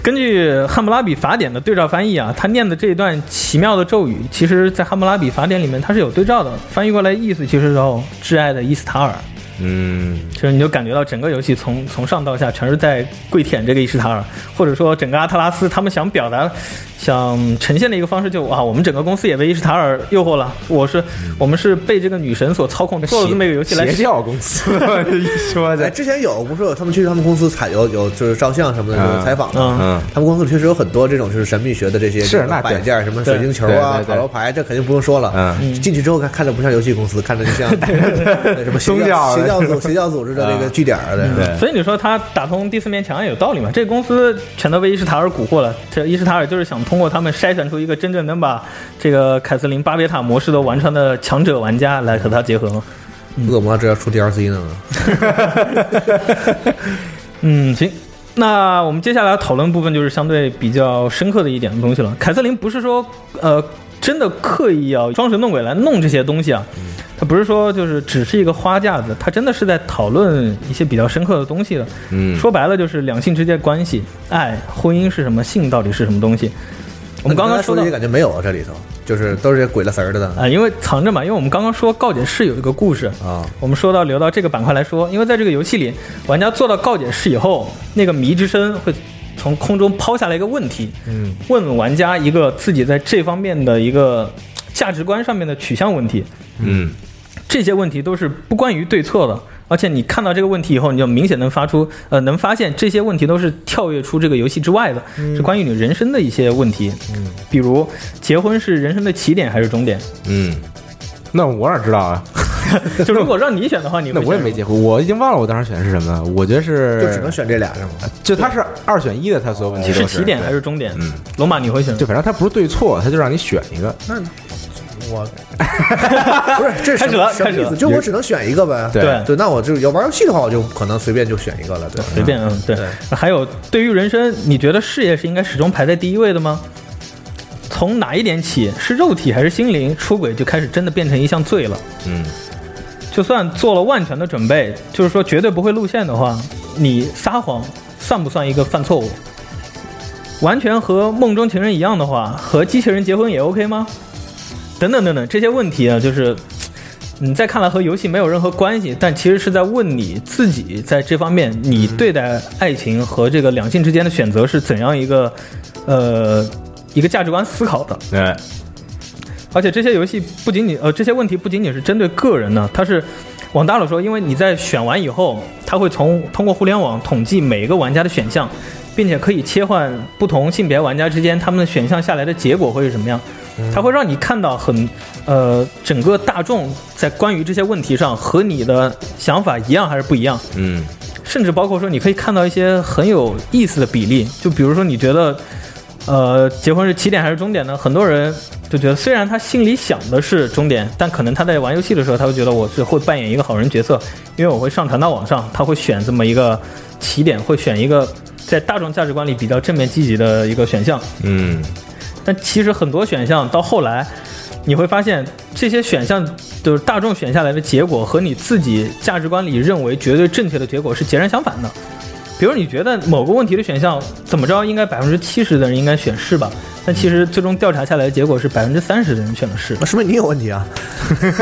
Speaker 2: 根据《汉谟拉比法典》的对照翻译啊，他念的这一段奇妙的咒语，其实在《汉谟拉比法典》里面它是有对照的，翻译过来意思其实是哦，挚爱的伊斯塔尔。
Speaker 3: 嗯，
Speaker 2: 就是你就感觉到整个游戏从从上到下全是在跪舔这个伊什塔尔，或者说整个阿特拉斯他们想表达、想呈现的一个方式就啊，我们整个公司也被伊什塔尔诱惑了，我是我们是被这个女神所操控，做了这么一个游戏来
Speaker 3: 邪教公 司一说
Speaker 4: 哎，
Speaker 3: 这，
Speaker 4: 之前有不是有他们去他们公司采有有就是照相什么的
Speaker 3: 嗯
Speaker 4: 有采访的，
Speaker 2: 嗯
Speaker 3: 嗯，
Speaker 4: 啊他们公司确实有很多这种就是神秘学的这些
Speaker 3: 是
Speaker 4: 这个
Speaker 3: 那对
Speaker 4: 摆件儿，什么水晶球啊
Speaker 3: 对对、对
Speaker 4: 塔罗牌，这肯定不用说了。
Speaker 3: 嗯
Speaker 4: 进去之后看看着不像游戏公司，看着就像对什么邪
Speaker 3: 宗
Speaker 4: 教
Speaker 3: 教的
Speaker 4: 邪教组邪教组织的那个据点儿的。
Speaker 3: 对
Speaker 2: 所以你说他打通第四面墙也有道理嘛？这个公司全都被伊什塔尔蛊惑了，这伊什塔尔就是想通过他们筛选出一个真正能把这个凯瑟琳巴别塔模式都完成的强者玩家来和他结合嘛。
Speaker 4: 恶魔这要出 DLC 呢？
Speaker 2: 嗯，行。那我们接下来讨论部分就是相对比较深刻的一点的东西了。凯瑟琳不是说呃真的刻意要装神弄鬼来弄这些东西啊，
Speaker 4: 嗯
Speaker 2: 她不是说就是只是一个花架子，她真的是在讨论一些比较深刻的东西的。
Speaker 3: 嗯，
Speaker 2: 说白了就是两性之间的关系，爱、婚姻是什么，性到底是什么东西。我们刚刚
Speaker 4: 说
Speaker 2: 说到
Speaker 4: 这些感觉没有啊，这里头就是都是些鬼了神儿的呢。
Speaker 2: 啊，因为藏着嘛，因为我们刚刚说告解室有一个故事
Speaker 4: 啊，
Speaker 2: 我们说到留到这个板块来说，因为在这个游戏里，玩家做到告解室以后，那个迷之声会从空中抛下来一个问题，
Speaker 3: 嗯，
Speaker 2: 问玩家一个自己在这方面的一个价值观上面的取向问题，
Speaker 3: 嗯
Speaker 2: 这些问题都是不关于对错的。而且你看到这个问题以后，你就明显能发出，呃，能发现这些问题都是跳跃出这个游戏之外的，
Speaker 3: 嗯
Speaker 2: 是关于你人生的一些问题。嗯，比如结婚是人生的起点还是终点？
Speaker 3: 嗯，那我哪知道啊？
Speaker 2: 就如果让你选的话，你
Speaker 3: 那
Speaker 2: 会
Speaker 3: 我也
Speaker 2: 选
Speaker 3: 没结婚，我已经忘了我当时选的是什么了。我觉得是
Speaker 4: 就只能选这俩是吗？
Speaker 3: 就它是二选一的，它所有问题都
Speaker 2: 是起点还
Speaker 3: 是
Speaker 2: 是终点？
Speaker 3: 嗯，
Speaker 2: 龙马你会选
Speaker 3: 就反正它不是对错，它就让你选一个。
Speaker 4: 那 我不是这是
Speaker 2: 开始了
Speaker 4: 什么
Speaker 2: 开始
Speaker 4: 意
Speaker 2: 了
Speaker 4: 思？就我只能选一个呗。
Speaker 3: 对
Speaker 2: 对
Speaker 4: 对，那我就要玩游戏的话，我就可能随便就选一个了。对，
Speaker 2: 随便嗯对
Speaker 4: 对。
Speaker 2: 还有，对于人生，你觉得事业是应该始终排在第一位的吗？从哪一点起，是肉体还是心灵出轨就开始真的变成一项罪了？
Speaker 3: 嗯
Speaker 2: 就算做了万全的准备，就是说绝对不会露馅的话，你撒谎算不算一个犯错误？完全和梦中情人一样的话，和机器人结婚也 OK 吗？等等等等，这些问题啊，就是嘖你在看来和游戏没有任何关系，但其实是在问你自己在这方面，你对待爱情和这个两性之间的选择是怎样一个呃一个价值观思考的。
Speaker 3: 对，
Speaker 2: 而且这些游戏不仅仅呃这些问题不仅仅是针对个人呢，它是往大了说，因为你在选完以后，它会从通过互联网统计每一个玩家的选项，并且可以切换不同性别玩家之间他们的选项下来的结果会是什么样。它会让你看到很，呃，整个大众在关于这些问题上和你的想法一样还是不一样，
Speaker 3: 嗯
Speaker 2: 甚至包括说你可以看到一些很有意思的比例，就比如说你觉得，呃，结婚是起点还是终点呢？很多人就觉得，虽然他心里想的是终点，但可能他在玩游戏的时候，他会觉得我是会扮演一个好人角色，因为我会上传到网上，他会选这么一个起点，会选一个在大众价值观里比较正面积极的一个选项。
Speaker 3: 嗯
Speaker 2: 但其实很多选项到后来，你会发现这些选项就是大众选下来的结果和你自己价值观里认为绝对正确的结果是截然相反的。比如你觉得某个问题的选项怎么着应该百分之七十的人应该选是吧？但其实最终调查下来的结果是百分之三十的人选了是。
Speaker 4: 那说明你有问题啊。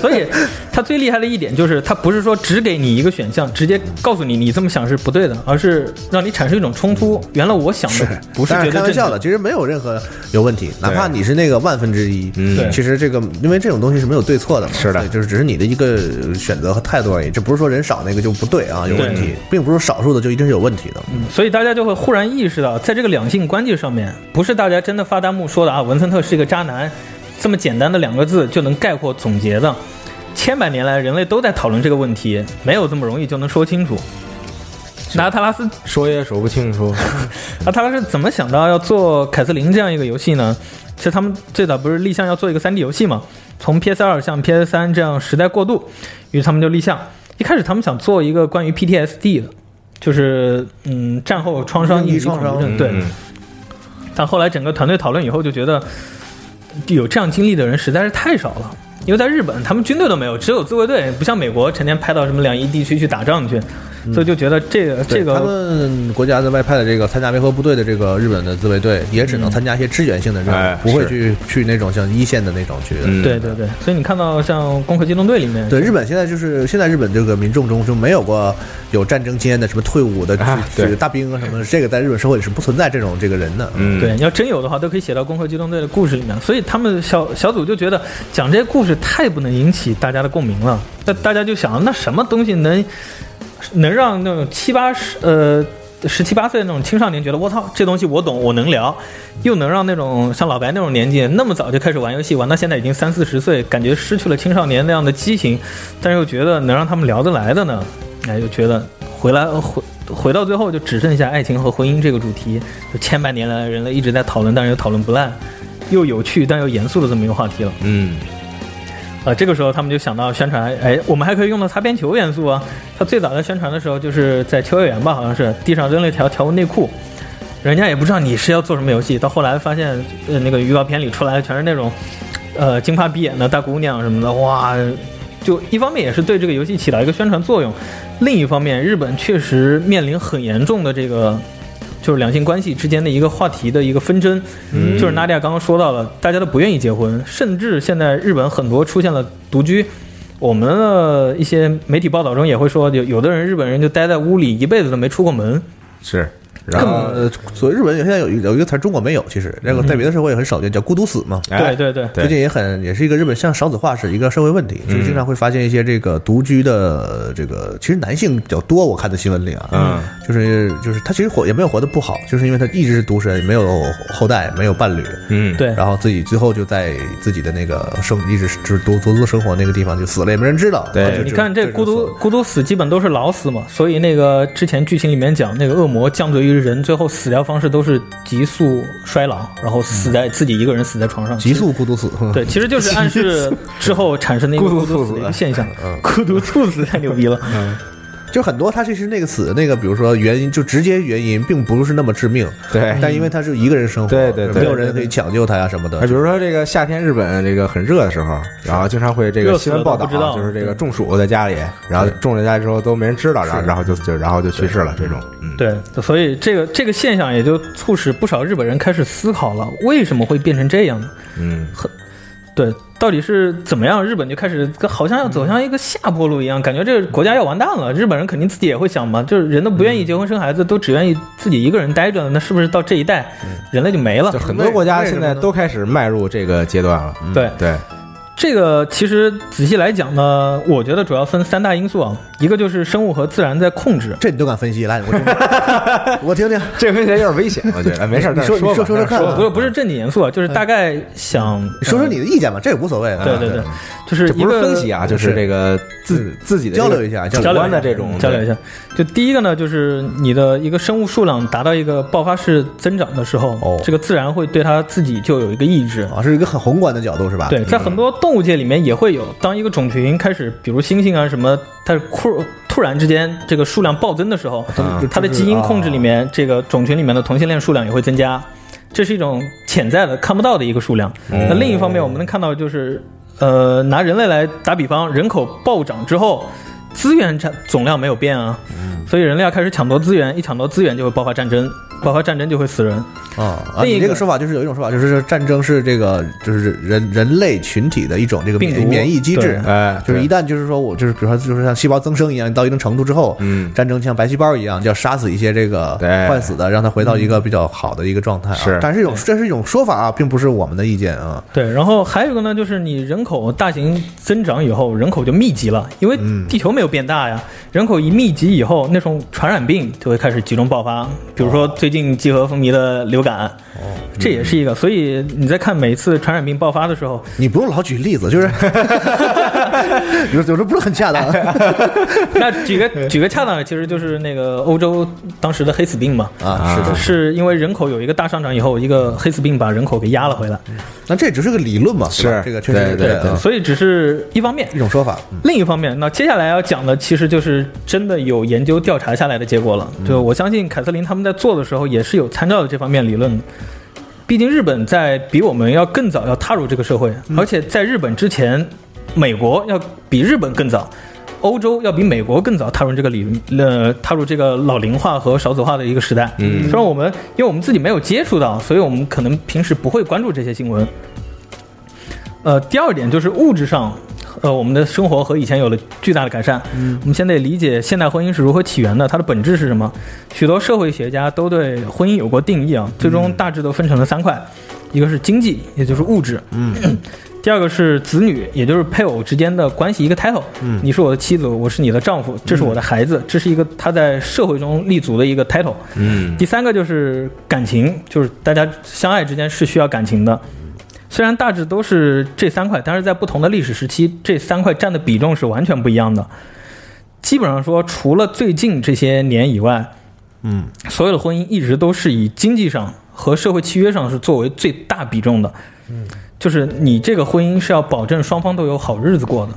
Speaker 2: 所以它最厉害的一点就是它不是说只给你一个选项，直接告诉你你这么想是不对的，而是让你产生一种冲突。原来我 想的不是
Speaker 4: 当
Speaker 2: 绝
Speaker 4: 然
Speaker 2: 对
Speaker 4: 开玩
Speaker 2: 正确
Speaker 4: 笑的，其实没有任何有问题，哪怕你是那个万分之一，
Speaker 3: 嗯
Speaker 2: 对
Speaker 4: 其实这个因为这种东西是没有对错的嘛，
Speaker 3: 是的
Speaker 4: 对就是只是你的一个选择和态度而已，这不是说人少那个就不对啊，有问题
Speaker 2: 对，
Speaker 4: 并不是少数的就一定是有问题的，
Speaker 2: 所以大家就会忽然意识到，在这个两性关系上面，不是大家真的发弹幕说的啊，文森特是一个渣男，这么简单的两个字就能概括总结的。千百年来，人类都在讨论这个问题，没有这么容易就能说清楚。那阿特拉斯，
Speaker 3: 说也说不清楚。
Speaker 2: 阿特拉斯怎么想到要做凯瑟琳这样一个游戏呢？其实他们最早不是立项要做一个 3D 游戏嘛，从 PS 2向 PS 3这样时代过渡，于是他们就立项。一开始他们想做一个关于 PTSD 的，就是嗯战后创伤
Speaker 4: 应
Speaker 2: 应
Speaker 4: 激
Speaker 2: 激恐
Speaker 4: 创伤
Speaker 2: 惧症，对。
Speaker 3: 嗯
Speaker 2: 但后来整个团队讨论以后，就觉得有这样经历的人实在是太少了。因为在日本，他们军队都没有，只有自卫队，不像美国成天派到什么两伊地区去打仗去，所以就觉得这个
Speaker 4: 对
Speaker 2: 这个
Speaker 4: 他们国家的外派的这个参加维和部队的这个日本的自卫队，也只能参加一些支援性的任
Speaker 3: 哎
Speaker 4: 务，不会
Speaker 3: 是
Speaker 4: 去去那种像一线的那种去。
Speaker 3: 嗯
Speaker 2: 对对对，所以你看到像《攻壳机动队》里面，
Speaker 4: 对，日本现在就是现在日本这个民众中就没有过有战争经验的什么退伍的、
Speaker 3: 啊
Speaker 4: 去
Speaker 3: 对
Speaker 4: 大兵啊什么的，这个在日本社会里是不存在这种这个人的。
Speaker 3: 嗯
Speaker 2: 对，你要真有的话，都可以写到《攻壳机动队》的故事里面。所以他们小小组就觉得讲这些故事太不能引起大家的共鸣了。那大家就想，那什么东西能能让那种七八十呃十七八岁的那种青少年觉得我操，这东西我懂，我能聊，又能让那种像老白那种年纪那么早就开始玩游戏，玩到现在已经三四十岁，感觉失去了青少年那样的激情，但是又觉得能让他们聊得来的呢？哎，又觉得回来回回到最后就只剩下爱情和婚姻这个主题，就千百年来人类一直在讨论，但是又讨论不烂，又有趣但又严肃的这么一个话题了。
Speaker 3: 嗯
Speaker 2: 呃，这个时候他们就想到宣传，哎，我们还可以用到擦边球元素啊。他最早在宣传的时候，就是在秋叶原吧，好像是地上扔了一条条纹内裤，人家也不知道你是要做什么游戏。到后来发现，呃，那个预告片里出来的全是那种，呃，金发碧眼的大姑娘什么的，哇，就一方面也是对这个游戏起到一个宣传作用，另一方面，日本确实面临很严重的这个。就是两性关系之间的一个话题的一个纷争，
Speaker 4: 嗯
Speaker 2: 就是娜迪亚刚刚说到了，大家都不愿意结婚，甚至现在日本很多出现了独居。我们的一些媒体报道中也会说，有有的人日本人就待在屋里一辈子都没出过门，
Speaker 3: 是，然
Speaker 4: 然后
Speaker 3: 后，
Speaker 4: 呃所以日本有现在有一有一个词儿，中国没有，其实那个在别的社会也很少见，叫孤独死嘛。
Speaker 3: 嗯哎
Speaker 2: 对对对
Speaker 3: 对嗯
Speaker 4: 最近也很也是一个日本像少子化是一个社会问题，就是经常会发现一些这个独居的呃这个，其实男性比较多，我看的新闻里啊，
Speaker 3: 嗯，
Speaker 4: 就是就是他其实活也没有活得不好，就是因为他一直是独身，没有后代，没有伴侣，
Speaker 3: 嗯，
Speaker 2: 对，
Speaker 4: 然后自己最后就在自己的那个生一直是就是独独自生活那个地方就死了，也没人知道。啊
Speaker 3: 对
Speaker 4: 就就
Speaker 2: 你看这
Speaker 4: 就
Speaker 2: 孤独
Speaker 4: 死了
Speaker 2: 孤独死基本都是老死嘛，所以那个呃之前剧情里面讲那个恶魔降罪于人，最后死掉方式都是急速衰老，然后死在自己一个人死在床上，
Speaker 4: 嗯急速孤独死，嗯
Speaker 2: 对，其实就是暗示之后产生的一个孤独死的一个嗯现象，孤独猝死太牛逼了。
Speaker 4: 就很多他其实那个死那个，比如说原因就直接原因并不是那么致命，
Speaker 3: 对。
Speaker 4: 但因为他是一个人生活，
Speaker 3: 对对对
Speaker 4: 没有人可以抢救他呀、什么的
Speaker 3: 哎，比。如说这个夏天日本这个很热的时候，然后经常会这
Speaker 2: 热
Speaker 3: 个
Speaker 2: 死
Speaker 3: 新
Speaker 2: 了
Speaker 3: 闻报道
Speaker 2: 都不知道
Speaker 3: 啊，就是这个中暑在家里，然后中了家里之后都没人知道，然后然后就就然后就去世了这种，嗯，
Speaker 2: 对，所以这个这个现象也就促使不少日本人开始思考了，为什么会变成这样呢？
Speaker 3: 嗯，
Speaker 2: 对，到底是怎么样？日本就开始好像要走向一个下坡路一样，感觉这个国家要完蛋了。日本人肯定自己也会想嘛，就是人都不愿意结婚生孩子，都只愿意自己一个人待着，那是不是到这一代人嗯类就没了
Speaker 3: 就？很多国家现在都开始迈入这个阶段了，嗯
Speaker 2: 对，
Speaker 3: 对，
Speaker 2: 这个其实仔细来讲呢，我觉得主要分三大因素啊，一个就是生物和自然在控制，
Speaker 4: 这你都敢分析？来，我 听我听听。
Speaker 3: 这个问题有点危险，我觉得，哎没事儿，
Speaker 4: 你
Speaker 3: 但是
Speaker 4: 说你
Speaker 3: 吧
Speaker 4: 说说说
Speaker 3: 但是
Speaker 4: 看啊，
Speaker 2: 不是不是正经严肃啊，
Speaker 3: 嗯
Speaker 2: 就是大概想
Speaker 4: 你说说你的意见吧，这也无所谓啊。
Speaker 2: 对对对，就是
Speaker 3: 嗯这
Speaker 2: 一
Speaker 3: 不
Speaker 2: 个
Speaker 3: 是分析啊，就是
Speaker 4: 是
Speaker 3: 这个自自己的这
Speaker 4: 交
Speaker 3: 个
Speaker 4: 流一下，交
Speaker 3: 主
Speaker 2: 交流
Speaker 4: 流
Speaker 3: 观的这种
Speaker 2: 交流一下。就第一个呢，就是你的一个生物数量达到一个爆发式增长的时候，
Speaker 4: 哦
Speaker 2: 这个自然会对它自己就有一个抑制。
Speaker 3: 哦
Speaker 4: 啊，是一个很宏观的角度是吧？
Speaker 2: 对，在很多动物界里面也会有，当一个种群开始，比如猩猩啊什么，它是突突然之间这个数量暴增的时候，
Speaker 4: 嗯，
Speaker 2: 啊它的基
Speaker 3: 啊
Speaker 2: 因控制里面，这个种群里面的同性恋数量也会增加，这是一种潜在的看不到的一个数量。
Speaker 1: 嗯
Speaker 2: 那另一方面，我们能看到就是，呃，拿人类来打比方，人口暴涨之后，资源占总量没有变啊，所以人类要开始抢夺资源，一抢夺资源就会爆发战争，爆发战争就会死人。
Speaker 4: 啊，啊
Speaker 2: 另一
Speaker 4: 你这
Speaker 2: 个
Speaker 4: 个说法就是有一种说法，就是战争是这个就是人人类群体的一种这个
Speaker 2: 病
Speaker 4: 免
Speaker 2: 毒
Speaker 4: 免疫机制
Speaker 2: 对，
Speaker 3: 哎，
Speaker 4: 就是一
Speaker 3: 旦
Speaker 4: 旦就是说我就是比如说就是像细胞增生一样，到一定程度之后，
Speaker 3: 嗯
Speaker 4: 战争像白细胞一样，就要杀死一些这个
Speaker 3: 对
Speaker 4: 坏死的，让它回到一个比较好的一个状态啊。
Speaker 3: 是
Speaker 4: 但是一种这是一种说法啊，并不是我们的意见啊。
Speaker 2: 对，然后还有一个呢，就是你人口大型增长以后，人口就密集了，因为地球没有变大呀。人口一密集以后，那种传染病就会开始集中爆发，比如说最近集合风靡的流感，这也是一个。所以你在看每次传染病爆发的时候，
Speaker 4: 你不用老举例子，就是 有有时候不是很恰当。啊
Speaker 2: 那举个举个恰当的，其实就是那个欧洲当时的黑死病嘛，
Speaker 4: 啊，是的，
Speaker 2: 是因为人口有一个大上涨以后，一个黑死病把人口给压了回来，
Speaker 4: 那这只是个理论嘛，对
Speaker 3: 是
Speaker 4: 吧这个确实
Speaker 3: 对
Speaker 4: 是这
Speaker 3: 对
Speaker 4: 样啊
Speaker 2: 所以只是一方面。
Speaker 4: 一种说法。嗯
Speaker 2: 另一方面，那接下来要讲的其实就是真的有研究调查下来的结果了。就我相信凯瑟琳他们在做的时候也是有参照的这方面理论的。毕竟日本在比我们要更早要踏入这个社会，而且在日本之前，美国要比日本更早，欧洲要比美国更早踏入这个理呃踏入这个老龄化和少子化的一个时代。嗯，虽然我们因为我们自己没有接触到，所以我们可能平时不会关注这些新闻。呃，第二点就是物质上，呃，我们的生活和以前有了巨大的改善。嗯，我们现在理解现代婚姻是如何起源的，它的本质是什么？许多社会学家都对婚姻有过定义啊，最终大致都分成了三块，一个是经济，也就是物质，嗯。 第二个是子女，也就是配偶之间的关系，一个 title。嗯，你是我的妻子，我是你的丈夫，这是我的孩子，这是一个他在社会中立足的一个 title。
Speaker 3: 嗯
Speaker 2: 第三个就是感情，就是大家相爱之间是需要感情的。虽然大致都是这三块，但是在不同的历史时期，这三块占的比重是完全不一样的。基本上说，除了最近这些年以外，
Speaker 4: 嗯，
Speaker 2: 所有的婚姻一直都是以经济上和社会契约上是作为最大比重的。嗯，就是你这个婚姻是要保证双方都有好日子过的，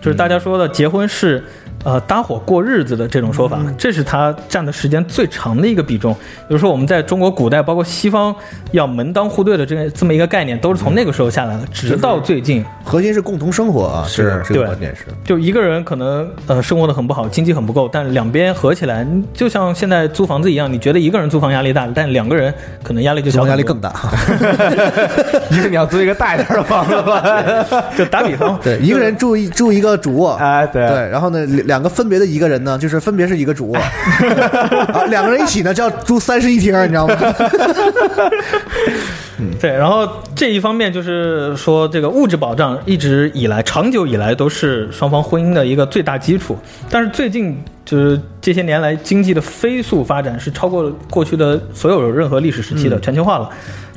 Speaker 2: 就是大家说的结婚是。呃，搭伙过日子的这种说法，
Speaker 4: 嗯
Speaker 2: 这是它占的时间最长的一个比重。比如说，我们在中国古代，包括西方，要门当户对的这个这么一个概念，都是从那个时候下
Speaker 4: 嗯
Speaker 2: 来的，直到最近。
Speaker 4: 核心是共同生活啊，
Speaker 3: 是
Speaker 4: 这个这个
Speaker 2: 对
Speaker 4: 观点是。
Speaker 2: 就一个人可能呃生活的很不好，经济很不够，但两边合起来，你就像现在租房子一样，你觉得一个人租房压力大，但两个人可能压力就
Speaker 4: 租
Speaker 2: 小
Speaker 4: 房
Speaker 2: 很多，
Speaker 4: 压力更大，，
Speaker 3: 一是你要租一个大一点的房子吧，
Speaker 2: 就打比方
Speaker 4: 对，一个人住一住一个主卧，
Speaker 3: 哎，对
Speaker 4: 对，然后呢，两两个分别的一个人呢，就是分别是一个 主卧，啊，两个人一起呢，就要住三室一厅，你知 道吗？
Speaker 2: 对，然后这一方面就是说，这个物质保障一直以来、长久以来都是双方婚姻的一个最大基础。但是最近就是这些年来，经济的飞速发展是超过过去的所有任何历史时期的，全球化了。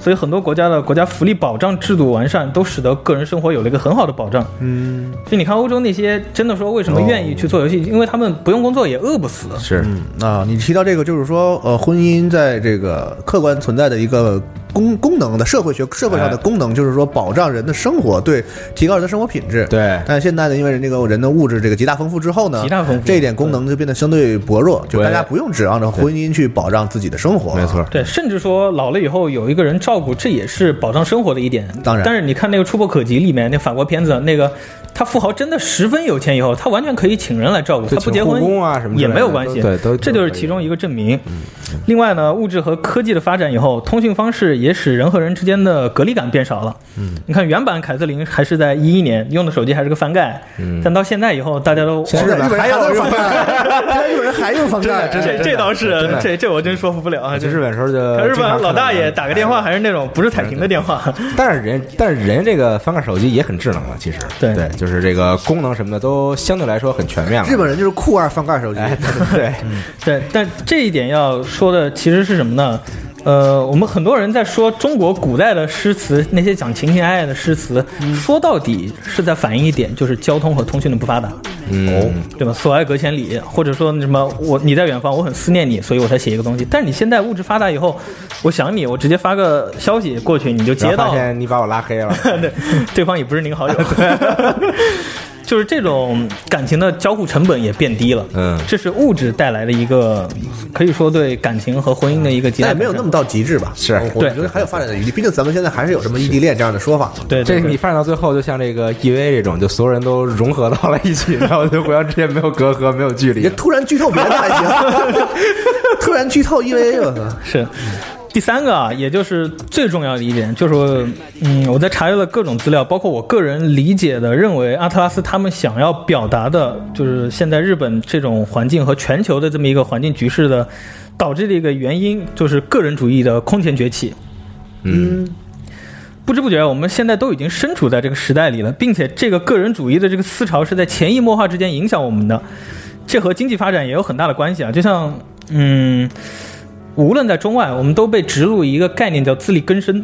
Speaker 2: 所以很多国家的国家福利保障制度完善，都使得个人生活有了一个很好的保障。
Speaker 4: 嗯，
Speaker 2: 就你看欧洲那些真的说为什么愿意去做游戏，因为他们不用工作也饿不死。
Speaker 3: 是
Speaker 4: 啊，你提到这个，就是说，呃，婚姻在这个客观存在的一个功功能的社会学社会上的
Speaker 3: 哎
Speaker 4: 功能，就是说保障人的生活，对，提高人的生活品质。。
Speaker 3: 对，
Speaker 4: 但是现在呢，因为那个人的物质这个极大丰富之后呢，
Speaker 2: 极大丰富
Speaker 4: 这一点功能就变得相对薄弱，就
Speaker 3: 对
Speaker 4: 大家不用指望着婚姻去保障自己的生活。
Speaker 3: 没错，，
Speaker 2: 对，甚至说老了以后有一个人照顾，这也是保障生活的一点。
Speaker 4: 当然
Speaker 2: 但是你看那个《触不可及》里面那法国片子，那个他富豪真的十分有钱以后，他完全可以请人来照顾，
Speaker 3: 就
Speaker 2: 他不
Speaker 3: 请
Speaker 2: 结
Speaker 3: 护
Speaker 2: 婚
Speaker 3: 工啊什么之
Speaker 2: 也
Speaker 3: 类
Speaker 2: 没有
Speaker 3: 的
Speaker 2: 关
Speaker 3: 都
Speaker 2: 系。
Speaker 3: 对都
Speaker 2: 这
Speaker 3: 都
Speaker 2: 就是
Speaker 3: 可以嗯
Speaker 2: 其中一个证明。另外呢，物质和科技的发展以后，通讯方式也使人和人之间的隔离感变少了。嗯，你看原版凯瑟琳还是在一一年用的手机还是个翻盖，但到现在以后，大家都哦
Speaker 3: 嗯现在日本还有
Speaker 4: 房贷，现在日本人还用房贷，
Speaker 3: 真的
Speaker 2: 这这倒是这这我真说服不了啊，
Speaker 3: 去
Speaker 2: 这
Speaker 3: 日本时候就
Speaker 2: 可日本老大爷
Speaker 3: 也
Speaker 2: 打个电话还是那种不是彩屏的电 话，
Speaker 3: 但是人，但是人这个翻盖手机也很智能了，啊其实
Speaker 2: 对
Speaker 3: 就是这个功能什么的都相对来说很全面了。
Speaker 4: 日本人就是酷二翻盖手机，
Speaker 3: 哎，对对，
Speaker 2: 对。但这一点要说的其实是什么呢？呃，我们很多人在说中国古代的诗词，那些讲情情爱爱的诗词，
Speaker 3: 嗯
Speaker 2: 说到底是在反映一点，就是交通和通讯的不发达，
Speaker 3: 嗯，
Speaker 2: 对吧？所爱隔千里，或者说那什么我你在远方，我很思念你，所以我才写一个东西。但是你现在物质发达以后，我想你，我直接发个消息过去，你就
Speaker 3: 然
Speaker 2: 接
Speaker 3: 后发
Speaker 2: 到了。
Speaker 3: 现你把我拉黑了，
Speaker 2: 对，对方也不是您好 友。就是这种感情的交互成本也变低了，
Speaker 3: 嗯
Speaker 2: 这是物质带来的一个，可以说对感情和婚姻的一个极
Speaker 4: 那
Speaker 2: 大
Speaker 4: 也
Speaker 2: 改善。
Speaker 4: 没有那么到极致吧？嗯
Speaker 3: 是
Speaker 4: 我我觉得还有发展的余地，毕竟咱们现在还是有什么异地恋这样的说法嘛。
Speaker 2: 对对
Speaker 3: 这个
Speaker 2: 对
Speaker 3: 你发展到最后，就像这个 EVA 这种，就所有人都融合到了一起， 然后就互相之间没有隔阂，没有距
Speaker 4: 你
Speaker 3: 离
Speaker 4: 这。突然剧透别的还行，突然剧透 EVA，我操！
Speaker 2: 是。第三个啊，也就是最重要的一点，就是嗯，我在查阅了各种资料，包括我个人理解的，认为阿特拉斯他们想要表达的，就是现在日本这种环境和全球的这么一个环境局势的导致的一个原因，就是个人主义的空前崛起。
Speaker 3: 嗯，
Speaker 2: 不知不觉，我们现在都已经身处在这个时代里了，并且这个个人主义的这个思潮是在潜移默化之间影响我们的，这和经济发展也有很大的关系啊。就像，嗯，无论在中外，我们都被植入一个概念叫自力更生。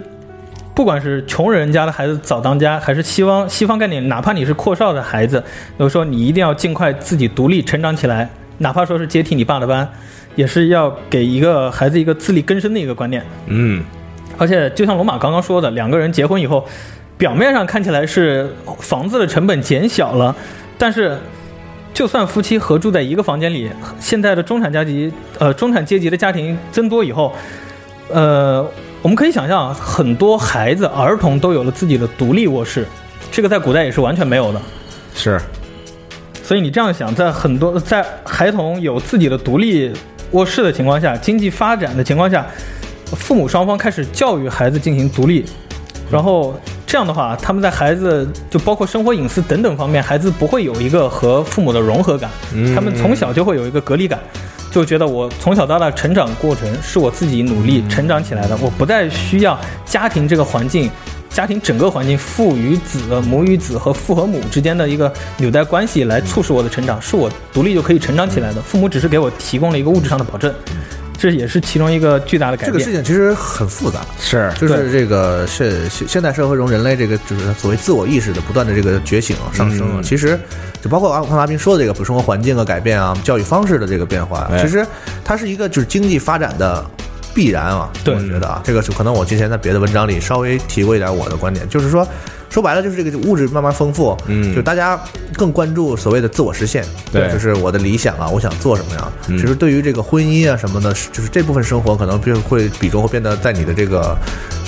Speaker 2: 不管是穷人家的孩子早当家，还是西方西方概念，哪怕你是阔少的孩子，有时候你一定要尽快自己独立成长起来，哪怕说是接替你爸的班，也是要给一个孩子一个自力更生的一个观念。
Speaker 3: 嗯，
Speaker 2: 而且就像罗马刚刚说的，两个人结婚以后，表面上看起来是房子的成本减小了，但是就算夫妻合住在一个房间里，现在的中产阶级呃中产阶级的家庭增多以后，呃，我们可以想象，很多孩子儿童都有了自己的独立卧室，这个在古代也是完全没有的。
Speaker 3: 是
Speaker 2: 所以你这样想，在很多在孩童有自己的独立卧室的情况下，经济发展的情况下，父母双方开始教育孩子进行独立，然后这样的话，他们在孩子就包括生活隐私等等方面，孩子不会有一个和父母的融合感，
Speaker 3: 嗯
Speaker 2: 他们从小就会有一个隔离感。就觉得我从小到大成长过程是我自己努力成长起来的，我不再需要家庭这个环境，家庭整个环境父与子、母与子和父和母之间的一个纽带关系来促使我的成长，是我独立就可以成长起来的。父母只是给我提供了一个物质上的保证，这也是其中一个巨大的改
Speaker 4: 这
Speaker 2: 变。
Speaker 4: 个事情其实很复杂，
Speaker 3: 是，
Speaker 4: 就是这个现现现代社会中人类这个就是所谓自我意识的不断的这个觉醒啊、上升啊，
Speaker 3: 嗯
Speaker 4: 其实就包括阿康拉宾说的这个，比如生活环境的改变啊、教育方式的这个变化啊，
Speaker 3: 哎
Speaker 4: 其实它是一个就是经济发展的必然啊。
Speaker 2: 对
Speaker 4: 我觉得啊，这个是可能我之前在别的文章里稍微提过一点我的观点，就是说，说白了就是这个物质慢慢丰富，
Speaker 3: 嗯
Speaker 4: 就大家更关注所谓的自我实现，
Speaker 3: 对
Speaker 4: 就是我的理想啊，我想做什么呀。
Speaker 2: 嗯
Speaker 4: 其实对于这个婚姻啊什么的，是就是这部分生活可能就会比重会变得在你的这个。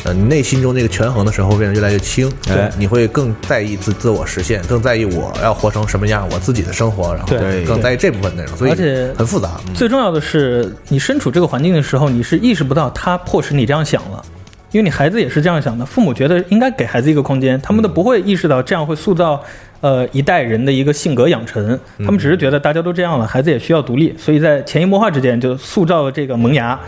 Speaker 4: 呃，内心中那个权衡的时候变得越来越轻，
Speaker 3: 哎
Speaker 4: 你会更在意自自我实现，更在意我要活成什么样，我自己的生活，然后
Speaker 3: 对
Speaker 4: 更在意这部分内容，所以
Speaker 2: 而且
Speaker 4: 很复杂。嗯
Speaker 2: 最重要的是，你身处这个环境的时候，你是意识不到他迫使你这样想了，因为你孩子也是这样想的。父母觉得应该给孩子一个空间，他们都不会意识到这样会塑造呃一代人的一个性格养成，他们只是觉得大家都这样了，孩子也需要独立，所以在潜移默化之间就塑造了这个萌芽。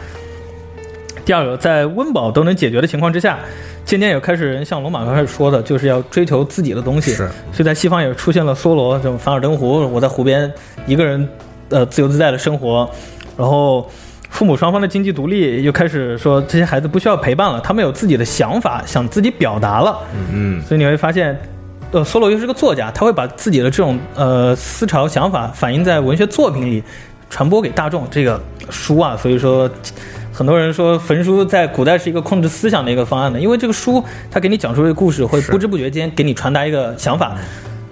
Speaker 2: 第二个，在温饱都能解决的情况之下，渐渐也开始像罗马刚开始说的，就是要追求自己的东西。
Speaker 4: 是，
Speaker 2: 所以在西方也出现了梭罗这种凡尔登湖，我在湖边一个人呃自由自在的生活，然后父母双方的经济独立，又开始说这些孩子不需要陪伴了，他们有自己的想法，想自己表达了。
Speaker 3: 嗯，
Speaker 2: 所以你会发现，呃，梭罗又是个作家，他会把自己的这种呃思潮想法反映在文学作品里，传播给大众。这个书啊，所以说。很多人说焚书在古代是一个控制思想的一个方案的，因为这个书它给你讲述这个故事，会不知不觉间给你传达一个想法。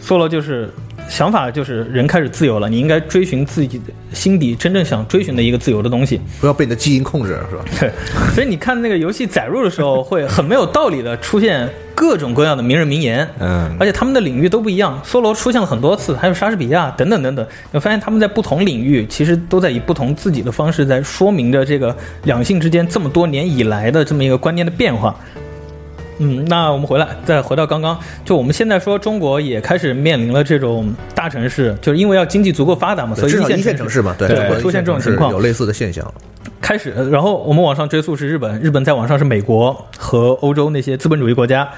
Speaker 2: 梭罗就是想法，就是人开始自由了，你应该追寻自己的心底真正想追寻的一个自由的东 西。
Speaker 4: 不要被你的基因控制，是吧？
Speaker 2: 对，所以你看那个游戏载入的时候，会很没有道理的出现各种各样的名人名言，
Speaker 3: 嗯
Speaker 2: 而且他们的领域都不一样。梭罗出现了很多次，还有莎士比亚等等等等，你会发现他们在不同领域其实都在以不同自己的方式在说明着这个两性之间这么多年以来的这么一个观念的变化。嗯，那我们回来，再回到刚刚，就我们现在说，中国也开始面临了这种大城市，就是因为要经济足够发达嘛，所以
Speaker 4: 至少
Speaker 2: 一
Speaker 4: 一线城市嘛，对，中国
Speaker 2: 会出现这种
Speaker 4: 一线城市
Speaker 2: 情况
Speaker 4: 有。类似的现象了。
Speaker 2: 开始，然后我们往上追溯是日本，日本再往上是美国和欧洲那些资本主义国家。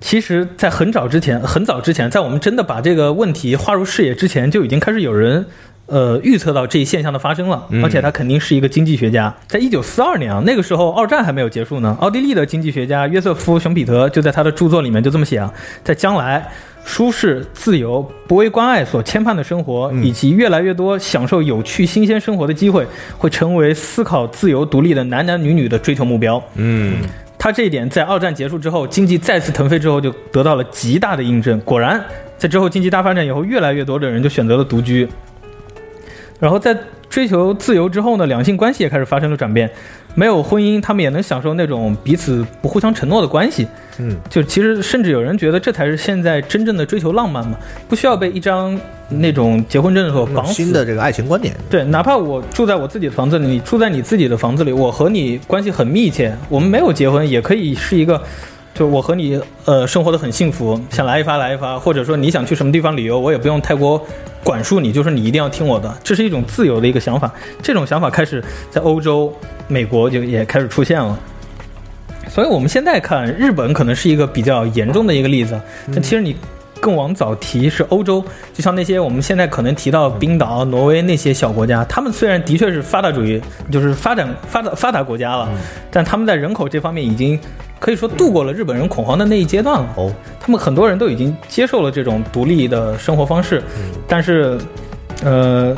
Speaker 2: 其实，在很早之前，很早之前，在我们真的把这个问题划入视野之前，就已经开始有人呃预测到这一现象的发生了，而且他肯定是一个经济学家。在一九四二年啊，那个时候二战还没有结束呢，奥地利的经济学家约瑟夫·熊彼得就在他的著作里面就这么写啊，在将来。舒适、自由、不为关爱所牵绊的生活，以及越来越多享受有趣、新鲜生活的机会，会成为思考自由、独立的男男女女的追求目标。
Speaker 3: 嗯，
Speaker 2: 他这一点在二战结束之后，经济再次腾飞之后，就得到了极大的印证。果然，在之后经济大发展以后，越来越多的人就选择了独居。然后在追求自由之后呢，两性关系也开始发生了转变。没有婚姻，他们也能享受那种彼此不互相承诺的关系。
Speaker 4: 嗯，
Speaker 2: 就其实甚至有人觉得这才是现在真正的追求浪漫嘛，不需要被一张那种结婚证所绑死。
Speaker 4: 嗯新的这个爱情观点，
Speaker 2: 对，哪怕我住在我自己的房子里，你住在你自己的房子里，我和你关系很密切，我们没有结婚，也可以是一个，就我和你呃生活的很幸福，想来一发来一发，或者说你想去什么地方旅游，我也不用太过管束你，就是你一定要听我的，这是一种自由的一个想法，这种想法开始在欧洲、美国就也开始出现了。所以我们现在看日本可能是一个比较严重的一个例子，啊但其实你更往早提是欧洲，就像那些我们现在可能提到冰岛、挪威那些小国家，他们虽然的确是发达主义，就是发展发达发达国家了，但他们在人口这方面已经可以说度过了日本人恐慌的那一阶段了。
Speaker 4: 哦，
Speaker 2: 他们很多人都已经接受了这种独立的生活方式，但是，呃，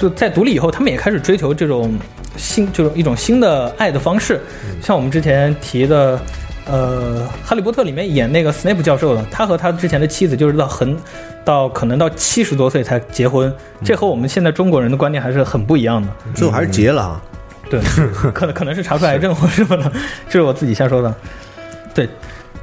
Speaker 2: 就在独立以后，他们也开始追求这种新，就是一种新的爱的方式。像我们之前提的，呃，《哈利波特》里面演那个斯内普教授的，他和他之前的妻子就是到很到可能到七十多岁才结婚，这和我们现在中国人的观念还是很不一样的。
Speaker 4: 最后还是结了啊。
Speaker 2: 对，可能可能是查出癌症或什么的，这是我自己瞎说的。对，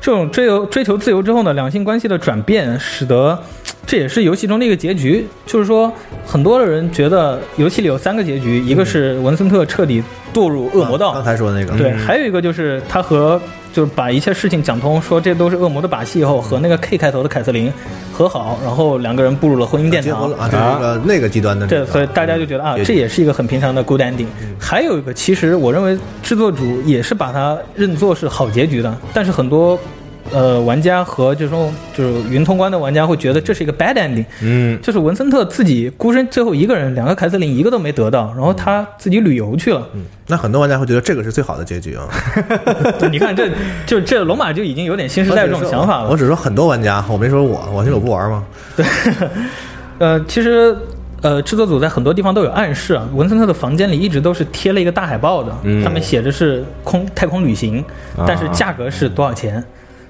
Speaker 2: 这种追求追求自由之后呢，两性关系的转变，使得这也是游戏中的一个结局，就是说很多的人觉得游戏里有三个结局，一个是文森特彻底堕入恶魔道，
Speaker 4: 嗯啊刚才嗯说的那个，
Speaker 2: 对，还有一个就是他和就是把一切事情讲通，说这都是恶魔的把戏以后，和那个 K 开头的凯瑟琳和好，然后两个人步入了婚姻殿
Speaker 4: 结婚
Speaker 2: 堂
Speaker 4: 了。啊，就是那个那个极端的那
Speaker 2: 对，
Speaker 4: 个。
Speaker 2: 所以大家就觉得啊
Speaker 4: 也，
Speaker 2: 这也是一个很平常的 good ending。还有一个，其实我认为制作组也是把它认作是好结局的，但是很多。呃，玩家和这种就是云通关的玩家会觉得这是一个 bad ending，
Speaker 3: 嗯，
Speaker 2: 就是文森特自己孤身最后一个人，两个凯瑟琳一个都没得到，然后他自己旅游去了。
Speaker 4: 那很多玩家会觉得这个是最好的结局啊。
Speaker 2: 对，你看这就这龙马就已经有点新时代这种想法了
Speaker 4: 我。只说很多玩家，我没说我，我因为我不玩嘛。
Speaker 2: 呃，其实呃，制作组在很多地方都有暗示啊。文森特的房间里一直都是贴了一个大海报的，
Speaker 3: 嗯
Speaker 2: 上面写着是空太空旅行，
Speaker 4: 啊
Speaker 2: 但是价格是多少钱？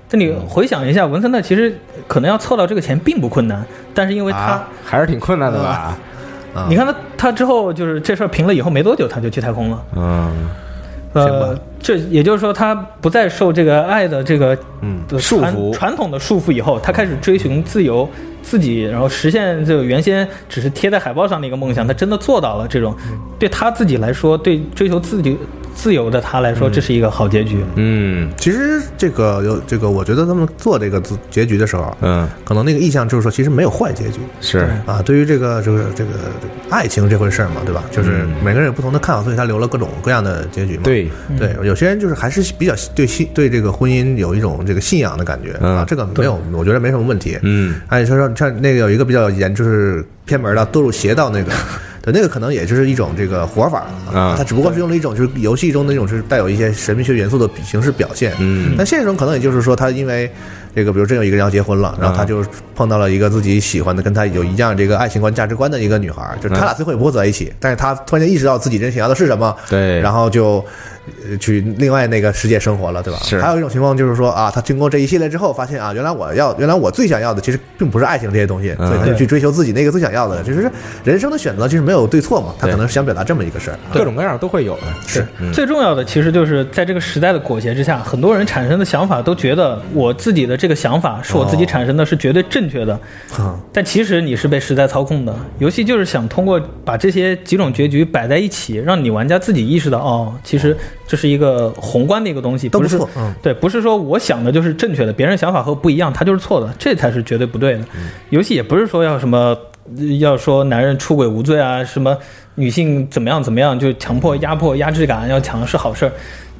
Speaker 2: 但
Speaker 4: 嗯
Speaker 2: 你回想一下，文森特其实可能要凑到这个钱并不困难，但是因为他，
Speaker 4: 啊
Speaker 3: 还是挺困难的吧？
Speaker 4: 啊
Speaker 2: 你看他他之后就是这事儿平了以后没多久他就去太空了，
Speaker 3: 嗯
Speaker 2: 呃，这也就是说他不再受这个爱的这个
Speaker 3: 嗯
Speaker 2: 的
Speaker 3: 束
Speaker 2: 传
Speaker 3: 缚
Speaker 2: 传统的束缚以后，他开始追寻自由，自己然后实现这个原先只是贴在海报上的一个梦想，他真的做到了。这种
Speaker 3: 嗯
Speaker 2: 对他自己来说，对追求自己自由的他来说，这是一个好结局。
Speaker 3: 嗯
Speaker 4: 其实这个有这个，我觉得他们做这个结局的时候，
Speaker 3: 嗯，
Speaker 4: 可能那个意向就是说，其实没有坏结局
Speaker 3: 是
Speaker 4: 啊。对于这个这个这个这个爱情这回事儿嘛，对吧？就是
Speaker 3: 嗯
Speaker 4: 每个人有不同的看法，所以他留了各种各样的结局嘛。
Speaker 3: 对，
Speaker 2: 嗯
Speaker 4: 对，有些人就是还是比较对信对这个婚姻有一种这个信仰的感觉
Speaker 3: 嗯
Speaker 4: 啊，这个没有，我觉得没什么问题。
Speaker 3: 嗯
Speaker 4: 哎，说说像那个有一个比较严，就是偏门的堕入邪道 那个，对，那个可能也就是一种这个活法
Speaker 3: 啊
Speaker 4: 它只不过是用了一种就是游戏中的那种就是带有一些神秘学元素的形式表现。
Speaker 3: 嗯
Speaker 4: 但现实中可能也就是说，他因为这个，比如真有一个人要结婚了，
Speaker 3: 啊
Speaker 4: 然后他就碰到了一个自己喜欢的、跟他有一样这个爱情观、价值观的一个女孩儿，
Speaker 3: 啊
Speaker 4: 就是他俩最后也不会走在一起，但是他突然间意识到自己真想要的是什么，
Speaker 3: 对，
Speaker 4: 然
Speaker 3: 后
Speaker 4: 后就呃去另外那个世界生活了，对吧？
Speaker 3: 是
Speaker 4: 还有一种情况就是说啊，他经过这一系列之后，发现啊，原来我要，原来我最想要的其实并不是爱情这些东西，
Speaker 3: 嗯
Speaker 4: 所以他就去追求自己那个最想要的。就是人生的选择其实没有对错嘛，他
Speaker 3: 对
Speaker 4: 可能是想表达这么一个事儿。啊
Speaker 3: 各种各样都会有的，
Speaker 4: 是
Speaker 3: 嗯
Speaker 2: 最重要的其实就是在这个时代的裹挟之下，很多人产生的想法都觉得我自己的这个想法是我自己产生的，是绝对正确的。
Speaker 4: 啊
Speaker 2: 但其实你是被时代操控的，游戏就是想通过把这些几种结局摆在一起，让你玩家自己意识到，哦，其实这是一个宏观的一个东西，
Speaker 4: 都
Speaker 2: 不
Speaker 4: 不
Speaker 2: 是
Speaker 4: 错嗯
Speaker 2: 对，不是说我想的就是正确的，别人想法和我不一样，他就是错的，这才是绝对不对的。
Speaker 3: 嗯
Speaker 2: 游戏也不是说要什么，呃要说男人出轨无罪啊，什么女性怎么样怎么样，就强迫、压迫、压制感要强是好事儿，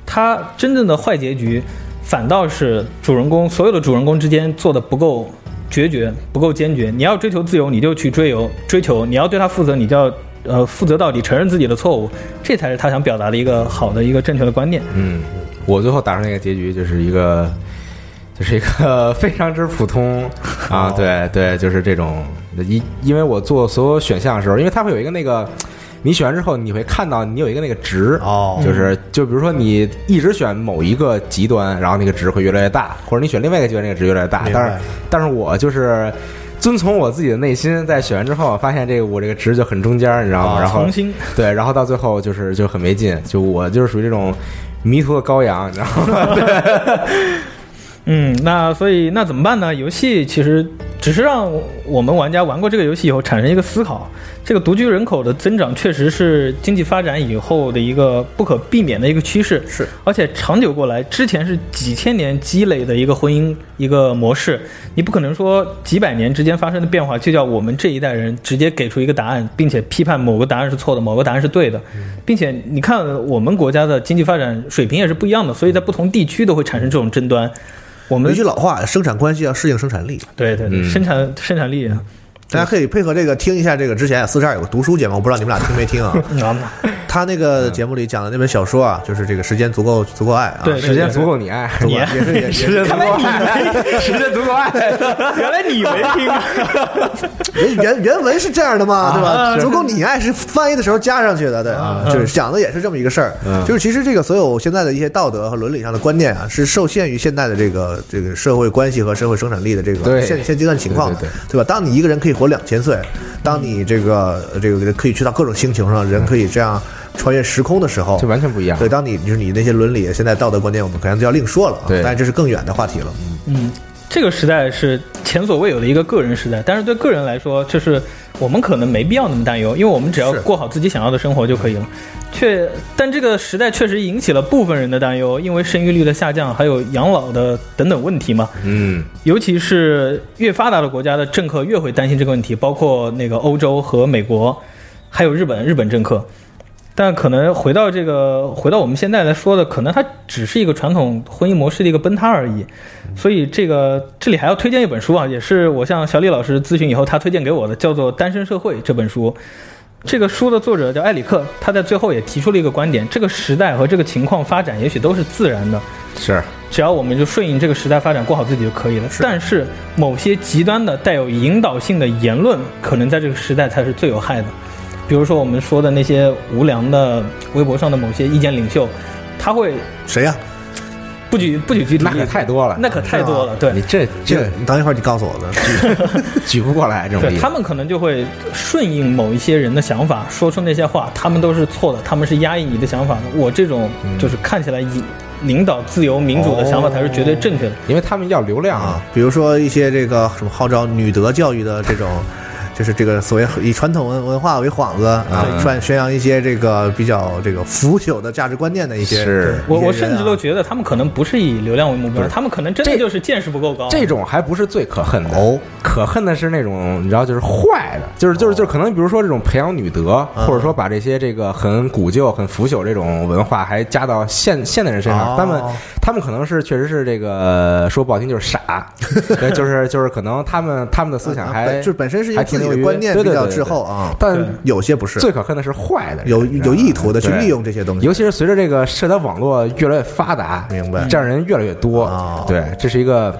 Speaker 2: 他真正的坏结局，反倒是主人公所有的主人公之间做的不够决绝，不够坚决。你要追求自由，你就去追求追求；你要对他负责，你就要呃负责到底，承认自己的错误，这哦才是他想表达的一个好的一个正确的观念。
Speaker 3: 嗯，我最后打出那个结局就是一个， 就是一个 非常之普通啊，对对，就是这种，因因为我做所有选项的时候，因为它会有一个那个。你选完之后，你会看到你有一个那个值
Speaker 4: 哦
Speaker 3: 就是就比如说你一直选某一个极端，然后那个值会越来越大，或者你选另外一个极端，那个值越来越大。
Speaker 4: 明白
Speaker 3: 但是但是我就是遵从我自己的内心，在选完之后，发现这个我这个值就很中间，你知道吗？然后
Speaker 2: 重新
Speaker 3: 对，然后到最后就是就很没劲，就我就是属于这种迷途的羔羊，你知道吗？
Speaker 2: 嗯，那所以那怎么办呢？游戏其实只是让我们玩家玩过这个游戏以后产生一个思考，这个独居人口的增长确实是经济发展以后的一个不可避免的一个趋势，
Speaker 4: 是，
Speaker 2: 而且长久过来，之前是几千年积累的一个婚姻一个模式，你不可能说几百年之间发生的变化就叫我们这一代人直接给出一个答案，并且批判某个答案是错的，某个答案是对的，并且你看我们国家的经济发展水平也是不一样的，所以在不同地区都会产生这种争端。我
Speaker 4: 有
Speaker 2: 们
Speaker 4: 一句老话，生产关系要适应生产力。
Speaker 2: 对对对，
Speaker 3: 嗯
Speaker 2: 生产生产力啊，
Speaker 4: 大家可以配合这个听一下这个之前啊四十二有个读书节目，我不知道你们俩听没听啊？ 他那个节目里讲的那本小说啊，就是这个时间足够足够爱啊，
Speaker 2: 对
Speaker 3: 时间足够你爱，
Speaker 4: 足够爱也是也
Speaker 3: 时 间足够 爱，时间足够爱，
Speaker 2: 原来你没听啊？
Speaker 4: 原原原文是这样的嘛，对吧？
Speaker 2: 是
Speaker 4: 足够你爱是翻译的时候加上去的，对啊，就是讲的也是这么一个事儿。
Speaker 3: 嗯
Speaker 4: 就是其实这个所有现在的一些道德和伦理上的观念啊，是受限于现在的这个这个社会关系和社会生产力的这个
Speaker 3: 对
Speaker 4: 现现阶段情况的
Speaker 3: 对对
Speaker 4: 对吧？当你一个人可以活两千岁，当你这个这个可以去到各种星球上，人可以这样穿越时空的时候
Speaker 3: 这，完全不一样。
Speaker 4: 对，当你就是你那些伦理现在道德观念，我们可能就要另说了啊。
Speaker 3: 对
Speaker 4: 但是这是更远的话题了。
Speaker 2: 嗯，这个时代是前所未有的一个个人时代，但是对个人来说，就是我们可能没必要那么担忧，因为我们只要
Speaker 4: 是
Speaker 2: 过好自己想要的生活就可以了。确，但这个时代确实引起了部分人的担忧，因为生育率的下降，还有养老的等等问题嘛。
Speaker 3: 嗯，
Speaker 2: 尤其是越发达的国家的政客越会担心这个问题，包括那个欧洲和美国，还有日本，日本政客。但可能回到这个，回到我们现在来说的，可能它只是一个传统婚姻模式的一个崩塌而已。所以这个这里还要推荐一本书啊，也是我向小李老师咨询以后，他推荐给我的，叫做《单身社会》这本书。这个书的作者叫埃里克，他在最后也提出了一个观点：这个时代和这个情况发展，也许都是自然的。
Speaker 3: 是
Speaker 2: 只要我们就顺应这个时代发展，过好自己就可以了。但是某些极端的、带有引导性的言论，可能在这个时代才是最有害的。比如说我们说的那些无良的微博上的某些意见领袖，他会
Speaker 4: 谁呀、
Speaker 2: 不举不举具体
Speaker 3: 那
Speaker 2: 例
Speaker 3: 可
Speaker 2: 子
Speaker 3: 太多了，
Speaker 2: 那可太多了，
Speaker 3: 你
Speaker 2: 对。
Speaker 3: 这这
Speaker 4: 这个你等一会儿你告诉我们，
Speaker 3: 举不过来这种
Speaker 2: 对
Speaker 3: 例
Speaker 2: 他
Speaker 3: 子。
Speaker 2: 们可能就会顺应某一些人的想法，说出那些话，他们都是错的，他们是压抑你的想法的。我这种
Speaker 3: 嗯
Speaker 2: 就是看起来以领导自由民主的想
Speaker 3: 哦
Speaker 2: 法才是绝对正确的。
Speaker 3: 因为他们要流量
Speaker 4: 啊
Speaker 3: 啊，，
Speaker 4: 比如说一些这个什么号召女德教育的这种，就是这个所谓以传统文文化为幌子啊，
Speaker 3: 嗯
Speaker 4: 宣宣扬一些这个比较这个腐朽的价值观念的一些，
Speaker 3: 是
Speaker 2: 我我
Speaker 4: 一些人啊
Speaker 2: 甚至都觉得他们可能不是以流量为目标，他们可能真的
Speaker 3: 这
Speaker 2: 就是见识不够高。啊
Speaker 3: 这种还不是最可恨的哦，可恨的是那种你知道，就是坏的，就是就是就是可能比如说这种培养女德，
Speaker 4: 哦嗯
Speaker 3: 或者说把这些这个很古旧、很腐朽这种文化还加到现现代人身
Speaker 4: 哦
Speaker 3: 上，他们他们可能是确实是这个说不好听就是傻， 对，就是就是可能他们他们的思想
Speaker 4: 啊
Speaker 3: 还
Speaker 4: 本就是本身是因为
Speaker 3: 还
Speaker 4: 自
Speaker 3: 停
Speaker 4: 己
Speaker 3: 留
Speaker 4: 的
Speaker 3: 于
Speaker 4: 观念
Speaker 3: 对
Speaker 4: 比
Speaker 3: 对
Speaker 4: 较
Speaker 3: 对
Speaker 4: 滞
Speaker 3: 对
Speaker 4: 后啊，
Speaker 3: 但
Speaker 4: 有些不是
Speaker 3: 最可恨的是坏的人，
Speaker 4: 有
Speaker 3: 你知道吗
Speaker 4: 有意图的去
Speaker 3: 对
Speaker 4: 利用这些东西
Speaker 3: 尤，其是随着这个社交网络越来越发达，
Speaker 4: 明白
Speaker 3: 这样人越来越多，
Speaker 4: 哦
Speaker 3: 对，这是一个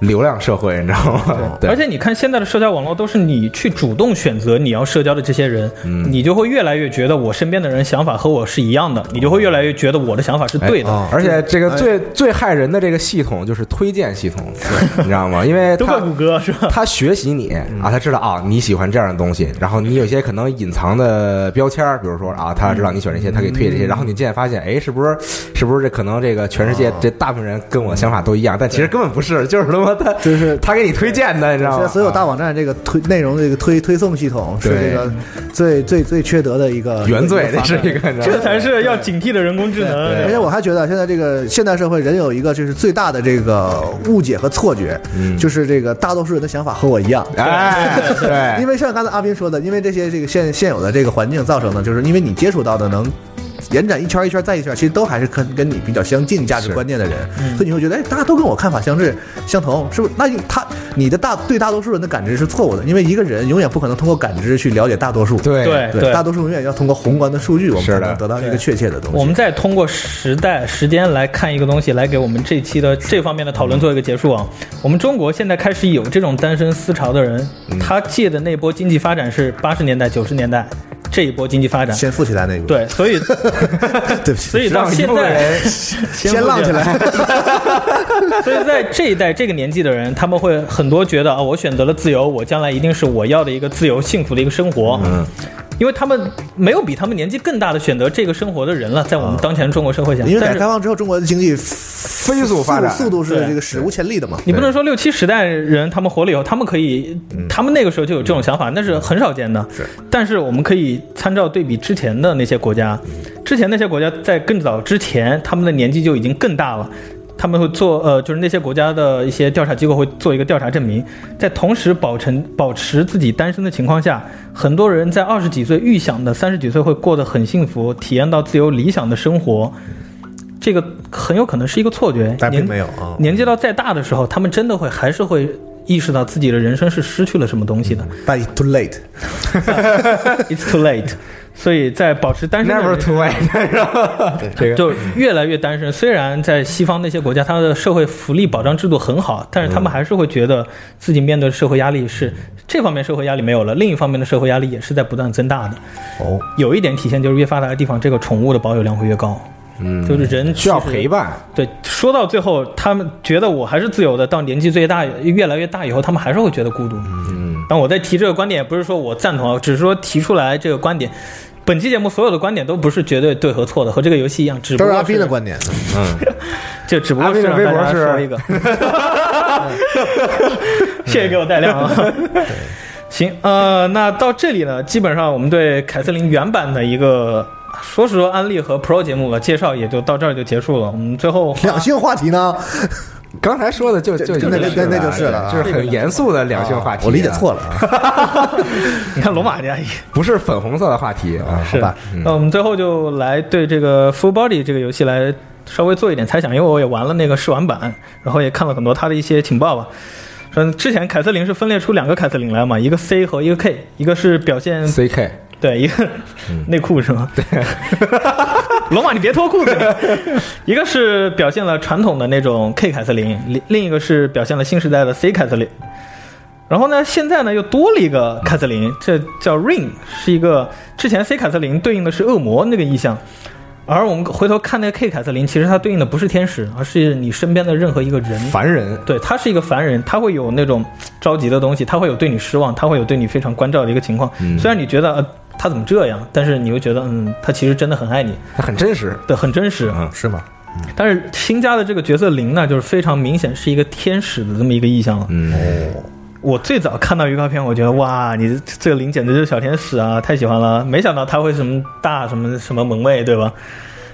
Speaker 3: 流量社会，你知道
Speaker 4: 哦
Speaker 3: 吗？对，
Speaker 2: 而且你看，现在的社交网络都是你去主动选择你要社交的这些人，
Speaker 4: 嗯
Speaker 2: 你就会越来越觉得我身边的人想法和我是一样的，你就会越来越觉得我的想法是对的。
Speaker 4: 哦哎哦
Speaker 3: 而且这个最、最害人的这个系统就是推荐系 统，你知道吗？因为
Speaker 2: 都
Speaker 3: 他
Speaker 2: 怪谷歌是吧？
Speaker 3: 他学习你
Speaker 4: 嗯
Speaker 3: 啊，他知道啊你喜欢这样的东西，然后你有一些可能隐藏的标签儿，比如说啊，他知道你喜欢这些，他给推荐这
Speaker 4: 嗯
Speaker 3: 些，然后你渐渐发现，哎，是不是是不是这可能这个全世
Speaker 4: 哦
Speaker 3: 界这大部分人跟我想法都一样，但其实根本不是，就是他妈他
Speaker 4: 就是
Speaker 3: 他给你推荐的，你知道
Speaker 4: 现在
Speaker 3: 吗？
Speaker 4: 所有大网站这个推内容的这个推推送系统是
Speaker 3: 对
Speaker 4: 这个最最最缺德的一个
Speaker 3: 啊原罪，
Speaker 4: 一
Speaker 3: 这
Speaker 4: 个方
Speaker 3: 是
Speaker 4: 面
Speaker 3: 一个，你知道
Speaker 2: 这
Speaker 3: 吗
Speaker 2: 才是要警惕的人工智能
Speaker 4: 而。且我还觉得现在这个现代社会人有一个就是最大的这个误解和错觉，
Speaker 3: 嗯
Speaker 4: 就是这个大多数人的想法和我一样。
Speaker 3: 哎，对
Speaker 4: 因，为像刚才阿斌说的，因为这些这个现现有的这个环境造成的，就是因为你接触到的能延展一圈一圈再一圈，其实都还是跟跟你比较相近价值观念的人，所以你会觉得，哎，大家都跟我看法相至相同，是不是？那你他你的大对大多数人的感知是错误的，因为一个人永远不可能通过感知去了解大多数，
Speaker 3: 对
Speaker 2: 对
Speaker 4: 对，大多数永远要通过宏观的数据，我们
Speaker 3: 是
Speaker 4: 才
Speaker 3: 的
Speaker 4: 能得到一个确切的东西。
Speaker 2: 我们再通过时代、时间来看一个东西，来给我们这期的这方面的讨论做一个结束啊。我们中国现在开始有这种单身思潮的人，
Speaker 4: 嗯
Speaker 2: 他借的那波经济发展是八十年代、九十年代这一波经济发展。
Speaker 4: 先富起来那一步，
Speaker 2: 对，所 以
Speaker 4: 对不起
Speaker 2: 所，以到
Speaker 3: 让一
Speaker 2: 现
Speaker 3: 部分
Speaker 4: 啊
Speaker 2: 在，
Speaker 3: 人
Speaker 4: 先浪起来。
Speaker 2: 所以在这一代这个年纪的人，他们会很多觉得啊，我选择了自由，我将来一定是我要的一个自由、幸福的一个生活。嗯，因为他们没有比他们年纪更大的选择这个生活的人了，在我们当前中国社会下，
Speaker 4: 啊因为
Speaker 2: 但
Speaker 4: 改
Speaker 2: 是
Speaker 4: 革开放之后，中国的经济飞
Speaker 3: 飞速发展
Speaker 4: 速度是
Speaker 2: 对
Speaker 4: 这个史无前例的嘛。
Speaker 2: 你不能说六七十代人他们活了以后，他们可以，他们那个时候就有这种想法，那是很少见的。
Speaker 4: 嗯是，
Speaker 2: 但是我们可以参照对比之前的那些国家，
Speaker 4: 嗯
Speaker 2: 之前那些国家在更早之前，他们的年纪就已经更大了。他们会做呃，就是那些国家的一些调查机构会做一个调查证明，在同时保持保持自己单身的情况下，很多人在二十几岁预想的三十几岁会过得很幸福，体验到自由理想的生活，这个很有可能是一个错觉。
Speaker 4: 但并
Speaker 2: 年
Speaker 4: 没有
Speaker 3: 嗯
Speaker 4: 啊。
Speaker 2: 年纪到再大的时候，他们真的会还是会意识到自己的人生是失去了什么东西的。
Speaker 4: But it's too late，
Speaker 2: It's too late，所以在保持单身的
Speaker 3: 嗯 never
Speaker 2: 人
Speaker 3: too late，知道吗？这个
Speaker 2: 就越来越单身。虽然在西方那些国家，他的社会福利保障制度很好，但是他们还是会觉得自己面对的社会压力是这方面社会压力没有了，另一方面的社会压力也是在不断增大的。
Speaker 4: 哦，
Speaker 2: 有一点体现就是越发达的地方，这个宠物的保有量会越高。嗯，就是人
Speaker 3: 需要
Speaker 2: 其实
Speaker 3: 陪伴，
Speaker 2: 对，说到最后，他们觉得我还是自由的，到年纪最大越来越大以后，他们还是会觉得孤独。嗯，但我在提这个观点，也不是说我赞同啊，只是说提出来这个观点。本期节目所有的观点都不是绝对对和错的，和这个游戏一样，只不
Speaker 4: 都
Speaker 2: 过
Speaker 4: 是阿斌的观点。
Speaker 2: 就只不过是
Speaker 3: 阿斌的
Speaker 2: 让
Speaker 3: 微
Speaker 2: 大
Speaker 3: 博
Speaker 2: 家
Speaker 3: 是
Speaker 2: 说一个。谢谢给我带量啊。 行，呃，那到这里呢，基本上我们对凯瑟琳原版的一个说是说安利和 Pro 节目吧，介绍也就到这儿就结束了。我们最后
Speaker 4: 两性话题呢？
Speaker 3: 刚才说的就就
Speaker 4: 就那那那那就是了啊
Speaker 3: 就是很严肃的两性话题。
Speaker 4: 我理解错，了啊，
Speaker 2: 你看罗马这样一
Speaker 3: 不是粉红色的话题啊。
Speaker 2: 是
Speaker 4: 吧？
Speaker 2: 那我们最后就来对这个 Full Body 这个游戏来稍微做一点猜想，因为我也玩了那个试玩版，然后也看了很多它的一些情报吧。嗯，之前凯瑟琳是分裂出两个凯瑟琳来嘛，一个 C 和一个 K，一个是表现
Speaker 3: C K，
Speaker 2: 对，一个内裤是吗？对， 龙马，你别脱裤子。一个是表现了传统的那种 K 凯瑟琳，另另一个是表现了新时代的 C 凯瑟琳。然后呢，现在呢又多了一个凯瑟琳，这叫 Ring，是一个之前 C 凯瑟琳对应的是恶魔那个意象，而我们回头看那个 K 凯瑟琳，其实它对应的不是天使，而是你身边的任何一个人。
Speaker 3: 凡人
Speaker 2: 对，他是一个凡人，他会有那种着急的东西，他会有对你失望，他会有对你非常关照的一个情况。
Speaker 3: 嗯
Speaker 2: 虽然你觉得、呃、他怎么这样，但是你又觉得嗯，他其实真的很爱你，
Speaker 3: 他很真实，
Speaker 2: 对，很真实。
Speaker 3: 嗯，
Speaker 4: 是吗？
Speaker 2: 但是新加的这个角色灵呢，就是非常明显是一个天使的这么一个意象了。
Speaker 3: 嗯，
Speaker 4: 哦
Speaker 2: 我最早看到预告片，我觉得哇，你这这个灵简直就是小天使啊，太喜欢了。没想到他会什么大什么什么萌妹，对吧？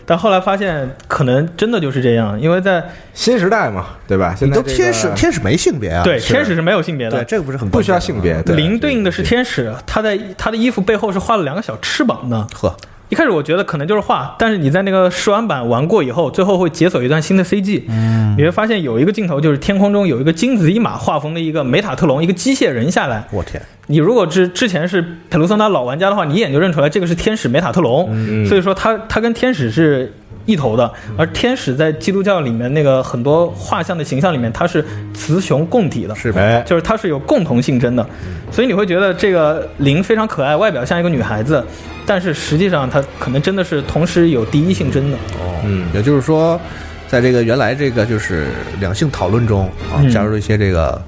Speaker 2: 但后来发现，可能真的就是这样，因为在
Speaker 3: 新时代嘛，对吧？现
Speaker 4: 你
Speaker 3: 在
Speaker 4: 都
Speaker 3: 这个
Speaker 4: 天使，天使没性别啊？
Speaker 2: 对
Speaker 4: 是
Speaker 2: 天使是没有性别的
Speaker 4: 对，，这个不是很
Speaker 3: 不需要
Speaker 4: 关键
Speaker 3: 性
Speaker 4: 吗
Speaker 3: 别，对
Speaker 2: 灵对应的是天使，他在他的衣服背后是画了两个小翅膀的。
Speaker 4: 呵，
Speaker 2: 一开始我觉得可能就是画，但是你在那个试玩版玩过以后，最后会解锁一段新的 CG，、你会发现有一个镜头就是天空中有一个金子一马画风的一个梅塔特隆，一个机械人下来，
Speaker 4: 我天，
Speaker 2: 你如果之之前是佩鲁桑达老玩家的话，你一眼就认出来这个是天使梅塔特隆，所以说他他跟天使是一头的，而天使在基督教里面那个很多画像的形象里面，它是雌雄共体的，
Speaker 4: 是吧？
Speaker 3: 哎，
Speaker 2: 就是它是有共同性征的，所以你会觉得这个灵非常可爱，外表像一个女孩子，但是实际上它可能真的是同时有第一性征的，
Speaker 4: 嗯，也就是说，在这个原来这个就是两性讨论中啊，
Speaker 2: 嗯
Speaker 4: 加入了一些这个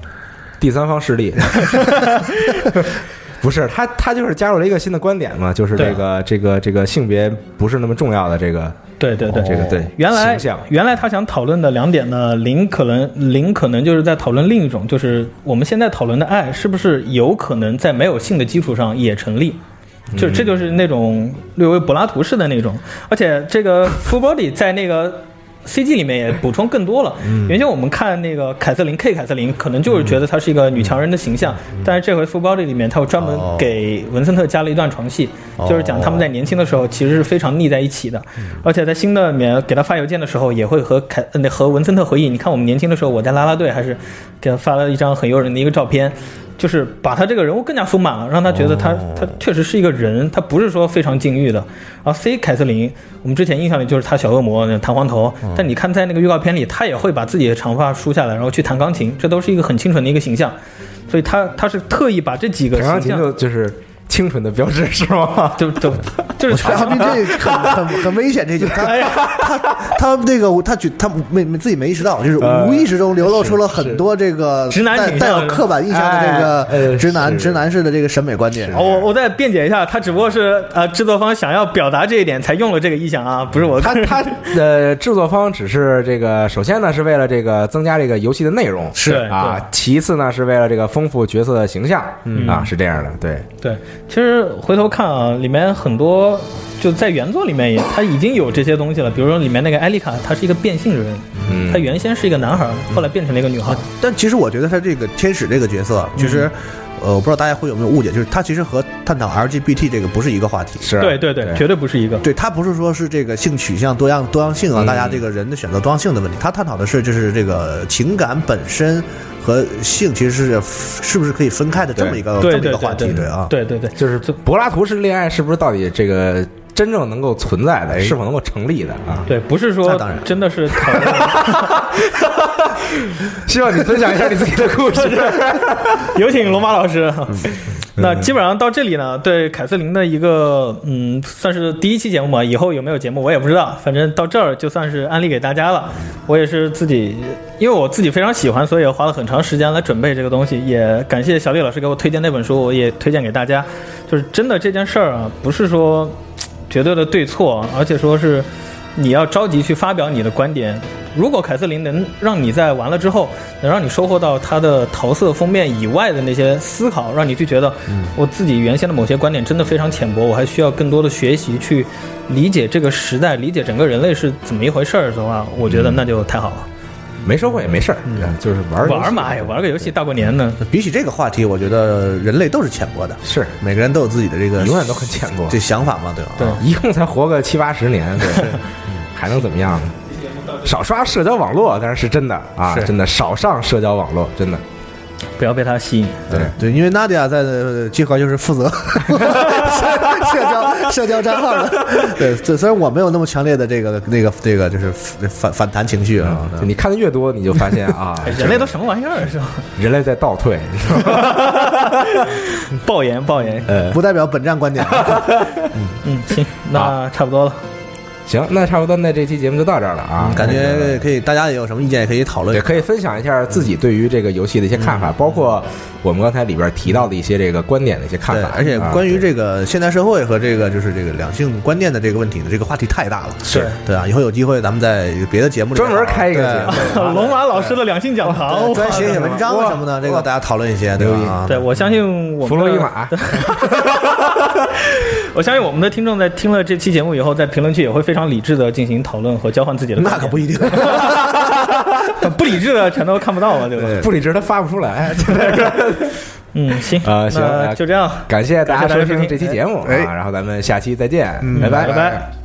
Speaker 3: 第三方势 力。不是他，他就是加入了一个新的观点嘛，就是这个这个这个性别不是那么重要的这个
Speaker 2: 对对对，
Speaker 3: 这个对
Speaker 2: 原来
Speaker 3: 形象，
Speaker 2: 原来他想讨论的两点呢，零可能零可能就是在讨论另一种，就是我们现在讨论的爱是不是有可能在没有性的基础上也成立。就
Speaker 3: 嗯
Speaker 2: 这就是那种略微柏拉图式的那种，而且这个 full body 在那个 CG 里面也补充更多了。
Speaker 3: 嗯
Speaker 2: 原先我们看那个凯瑟琳 K 凯瑟琳，可能就是觉得她是一个女强人的形象，
Speaker 3: 嗯
Speaker 2: 但是这回 full body 里面，他有专门
Speaker 4: 哦
Speaker 2: 给文森特加了一段床戏，
Speaker 3: 哦
Speaker 2: 就是讲他们在年轻的时候其实是非常腻在一起的，
Speaker 3: 嗯
Speaker 2: 而且在新的里面给他发邮件的时候，也会和凯呃那和文森特回忆，你看我们年轻的时候，我在啦啦队还是给他发了一张很诱人的一个照片，就是把他这个人物更加丰满了，让他觉得他、
Speaker 3: 哦
Speaker 2: 他确实是一个人，他不是说非常禁欲的。然后 C 凯瑟琳，我们之前印象里就是她小恶魔那弹簧头，
Speaker 3: 嗯
Speaker 2: 但你看在那个预告片里，她也会把自己的长发梳下来，然后去弹钢琴，这都是一个很清纯的一个形象。所以她她是特意把这几个
Speaker 3: 弹钢
Speaker 2: 形
Speaker 3: 琴
Speaker 2: 象
Speaker 3: 就就是清纯的标志是吗？
Speaker 2: 就就就是
Speaker 4: 他们这很很很危险，这句他他他那个他觉他没没自己没意识到，就是
Speaker 3: 呃
Speaker 4: 无意识中流露出了很多这个
Speaker 2: 直男
Speaker 4: 带
Speaker 2: 倾向
Speaker 4: 带有刻板印象的这
Speaker 3: 哎呃
Speaker 4: 个直男
Speaker 3: 是
Speaker 4: 直男式的这个审美观念。
Speaker 2: 哦，我我再辩解一下，他只不过是呃制作方想要表达这一点才用了这个意象啊，不是我
Speaker 3: 他 他呃，制作方只是这个，首先呢是为了这个增加这个游戏的内容，
Speaker 2: 是
Speaker 3: 啊
Speaker 2: 对，
Speaker 3: 其次呢是为了这个丰富角色的形象，啊，是这样的，对，
Speaker 2: 对，其实回头看啊，里面很多就在原作里面也他已经有这些东西了，比如说里面那个艾丽卡，她是一个变性人，
Speaker 3: 嗯
Speaker 2: 她原先是一个男孩，后来变成了一个女孩。
Speaker 4: 但其实我觉得他这个天使这个角色，其实呃，我不知道大家会有没有误解，就是他其实和探讨 LGBT 这个不是一个话题。
Speaker 3: 是，啊
Speaker 2: 对对对，绝对不是一个。
Speaker 4: 啊对他不是说是这个性取向多样多样性啊，大家这个人的选择多样性的问题，他探讨的是就是这个情感本身和性其实是是不是可以分开的这么一个
Speaker 2: 对
Speaker 4: 这么一
Speaker 2: 对
Speaker 4: 个话题，
Speaker 2: 对
Speaker 4: 对啊，
Speaker 2: 对对对，
Speaker 3: 就是柏拉图式恋爱是不是到底这个真正能够存在的，是否能够成立的啊？
Speaker 2: 对，不是
Speaker 4: 那
Speaker 2: 说
Speaker 4: 当然
Speaker 2: 真的是讨论
Speaker 3: 希望你分享一下你自己的故事。
Speaker 2: 有请龙马老师。那基本上到这里呢，对凯瑟琳的一个嗯，算是第一期节目吧。以后有没有节目我也不知道，反正到这儿就算是安利给大家了。我也是自己，因为我自己非常喜欢，所以花了很长时间来准备这个东西。也感谢小李老师给我推荐那本书，我也推荐给大家。就是真的这件事儿啊，不是说绝对的对错，而且说是你要着急去发表你的观点。如果凯瑟琳能让你在玩了之后，能让你收获到她的桃色封面以外的那些思考，让你去觉得，我自己原先的某些观点真的非常浅薄，我还需要更多的学习去理解这个时代，理解整个人类是怎么一回事儿的话，我觉得那就太好了。
Speaker 3: 没收获也没事儿，就是嗯玩儿游戏
Speaker 2: 玩嘛，哎，玩个游戏大过年呢，
Speaker 4: 比起这个话题，我觉得人类都是浅薄的，
Speaker 3: 是
Speaker 4: 每个人都有自己的这个
Speaker 3: 永远都很啊浅薄
Speaker 4: 这，想法嘛，对吧？啊
Speaker 2: 对
Speaker 3: 一共才活个七八十年，对，还能怎么样呢？少刷社交网络，但是是真的啊，
Speaker 2: 是
Speaker 3: 真的少上社交网络，真的。
Speaker 2: 不要被他吸引。
Speaker 3: 对
Speaker 4: 对，因为娜迪亚在的这块就是负责 社社交社交账号的，对，这虽然我没有那么强烈的这个那个这个就是反反弹情绪啊，
Speaker 3: 就你看的越多，你就发现 啊
Speaker 2: 哎，人类都什么玩意 儿是 吧？
Speaker 3: 人类在倒退， 你知道吗
Speaker 2: 爆言爆言，
Speaker 3: 呃，
Speaker 4: 不代表本站观点。啊
Speaker 2: 嗯，行，那差不多了。
Speaker 3: 行，那差不多，那这期节目就到这儿了啊，
Speaker 4: 嗯感
Speaker 3: 那
Speaker 4: 觉
Speaker 3: 个
Speaker 4: 可以，大家也有什么意见也可以嗯讨论
Speaker 3: 也。可以分享一下自己对于这个游戏的一些看法，包括我们刚才里边提到的一些这个观点的一些看
Speaker 4: 对，
Speaker 3: 法。
Speaker 4: 而且
Speaker 3: 啊
Speaker 4: 关于
Speaker 3: 对
Speaker 4: 这个现代社会和这个就是这个两性观念的这个问题呢，这个话题太大了。
Speaker 2: 是
Speaker 4: 对啊，以后有机会咱们在别的节目里啊
Speaker 3: 专门开一个
Speaker 4: 对
Speaker 3: 节目，
Speaker 2: 龙马老师的两性讲堂，
Speaker 4: 对专
Speaker 2: 哇
Speaker 4: 写写文章啊什么的，这个大家讨论一些，对
Speaker 3: 牛逼
Speaker 4: 吧？啊
Speaker 2: 对，我相信我
Speaker 3: 啊弗
Speaker 2: 们
Speaker 3: 洛伊
Speaker 2: 的，
Speaker 3: 马，
Speaker 2: 我相信我们的听众在听了这期节目以后，在评论区也会非常理智的进行讨论和交换自己的观
Speaker 4: 那
Speaker 2: 点。
Speaker 4: 可不一定。
Speaker 2: 不理智的全都看不到嘛，对不对？
Speaker 3: 呃不理智他发不出来。哎
Speaker 2: 嗯，行
Speaker 3: 啊行
Speaker 2: 那
Speaker 3: 那
Speaker 2: 就这样。
Speaker 3: 感谢大
Speaker 2: 感谢大家
Speaker 3: 家收
Speaker 2: 收
Speaker 3: 听
Speaker 2: 听
Speaker 3: 这期节目啊，
Speaker 4: 哎
Speaker 3: 然后咱们下期再见，拜
Speaker 2: 嗯拜拜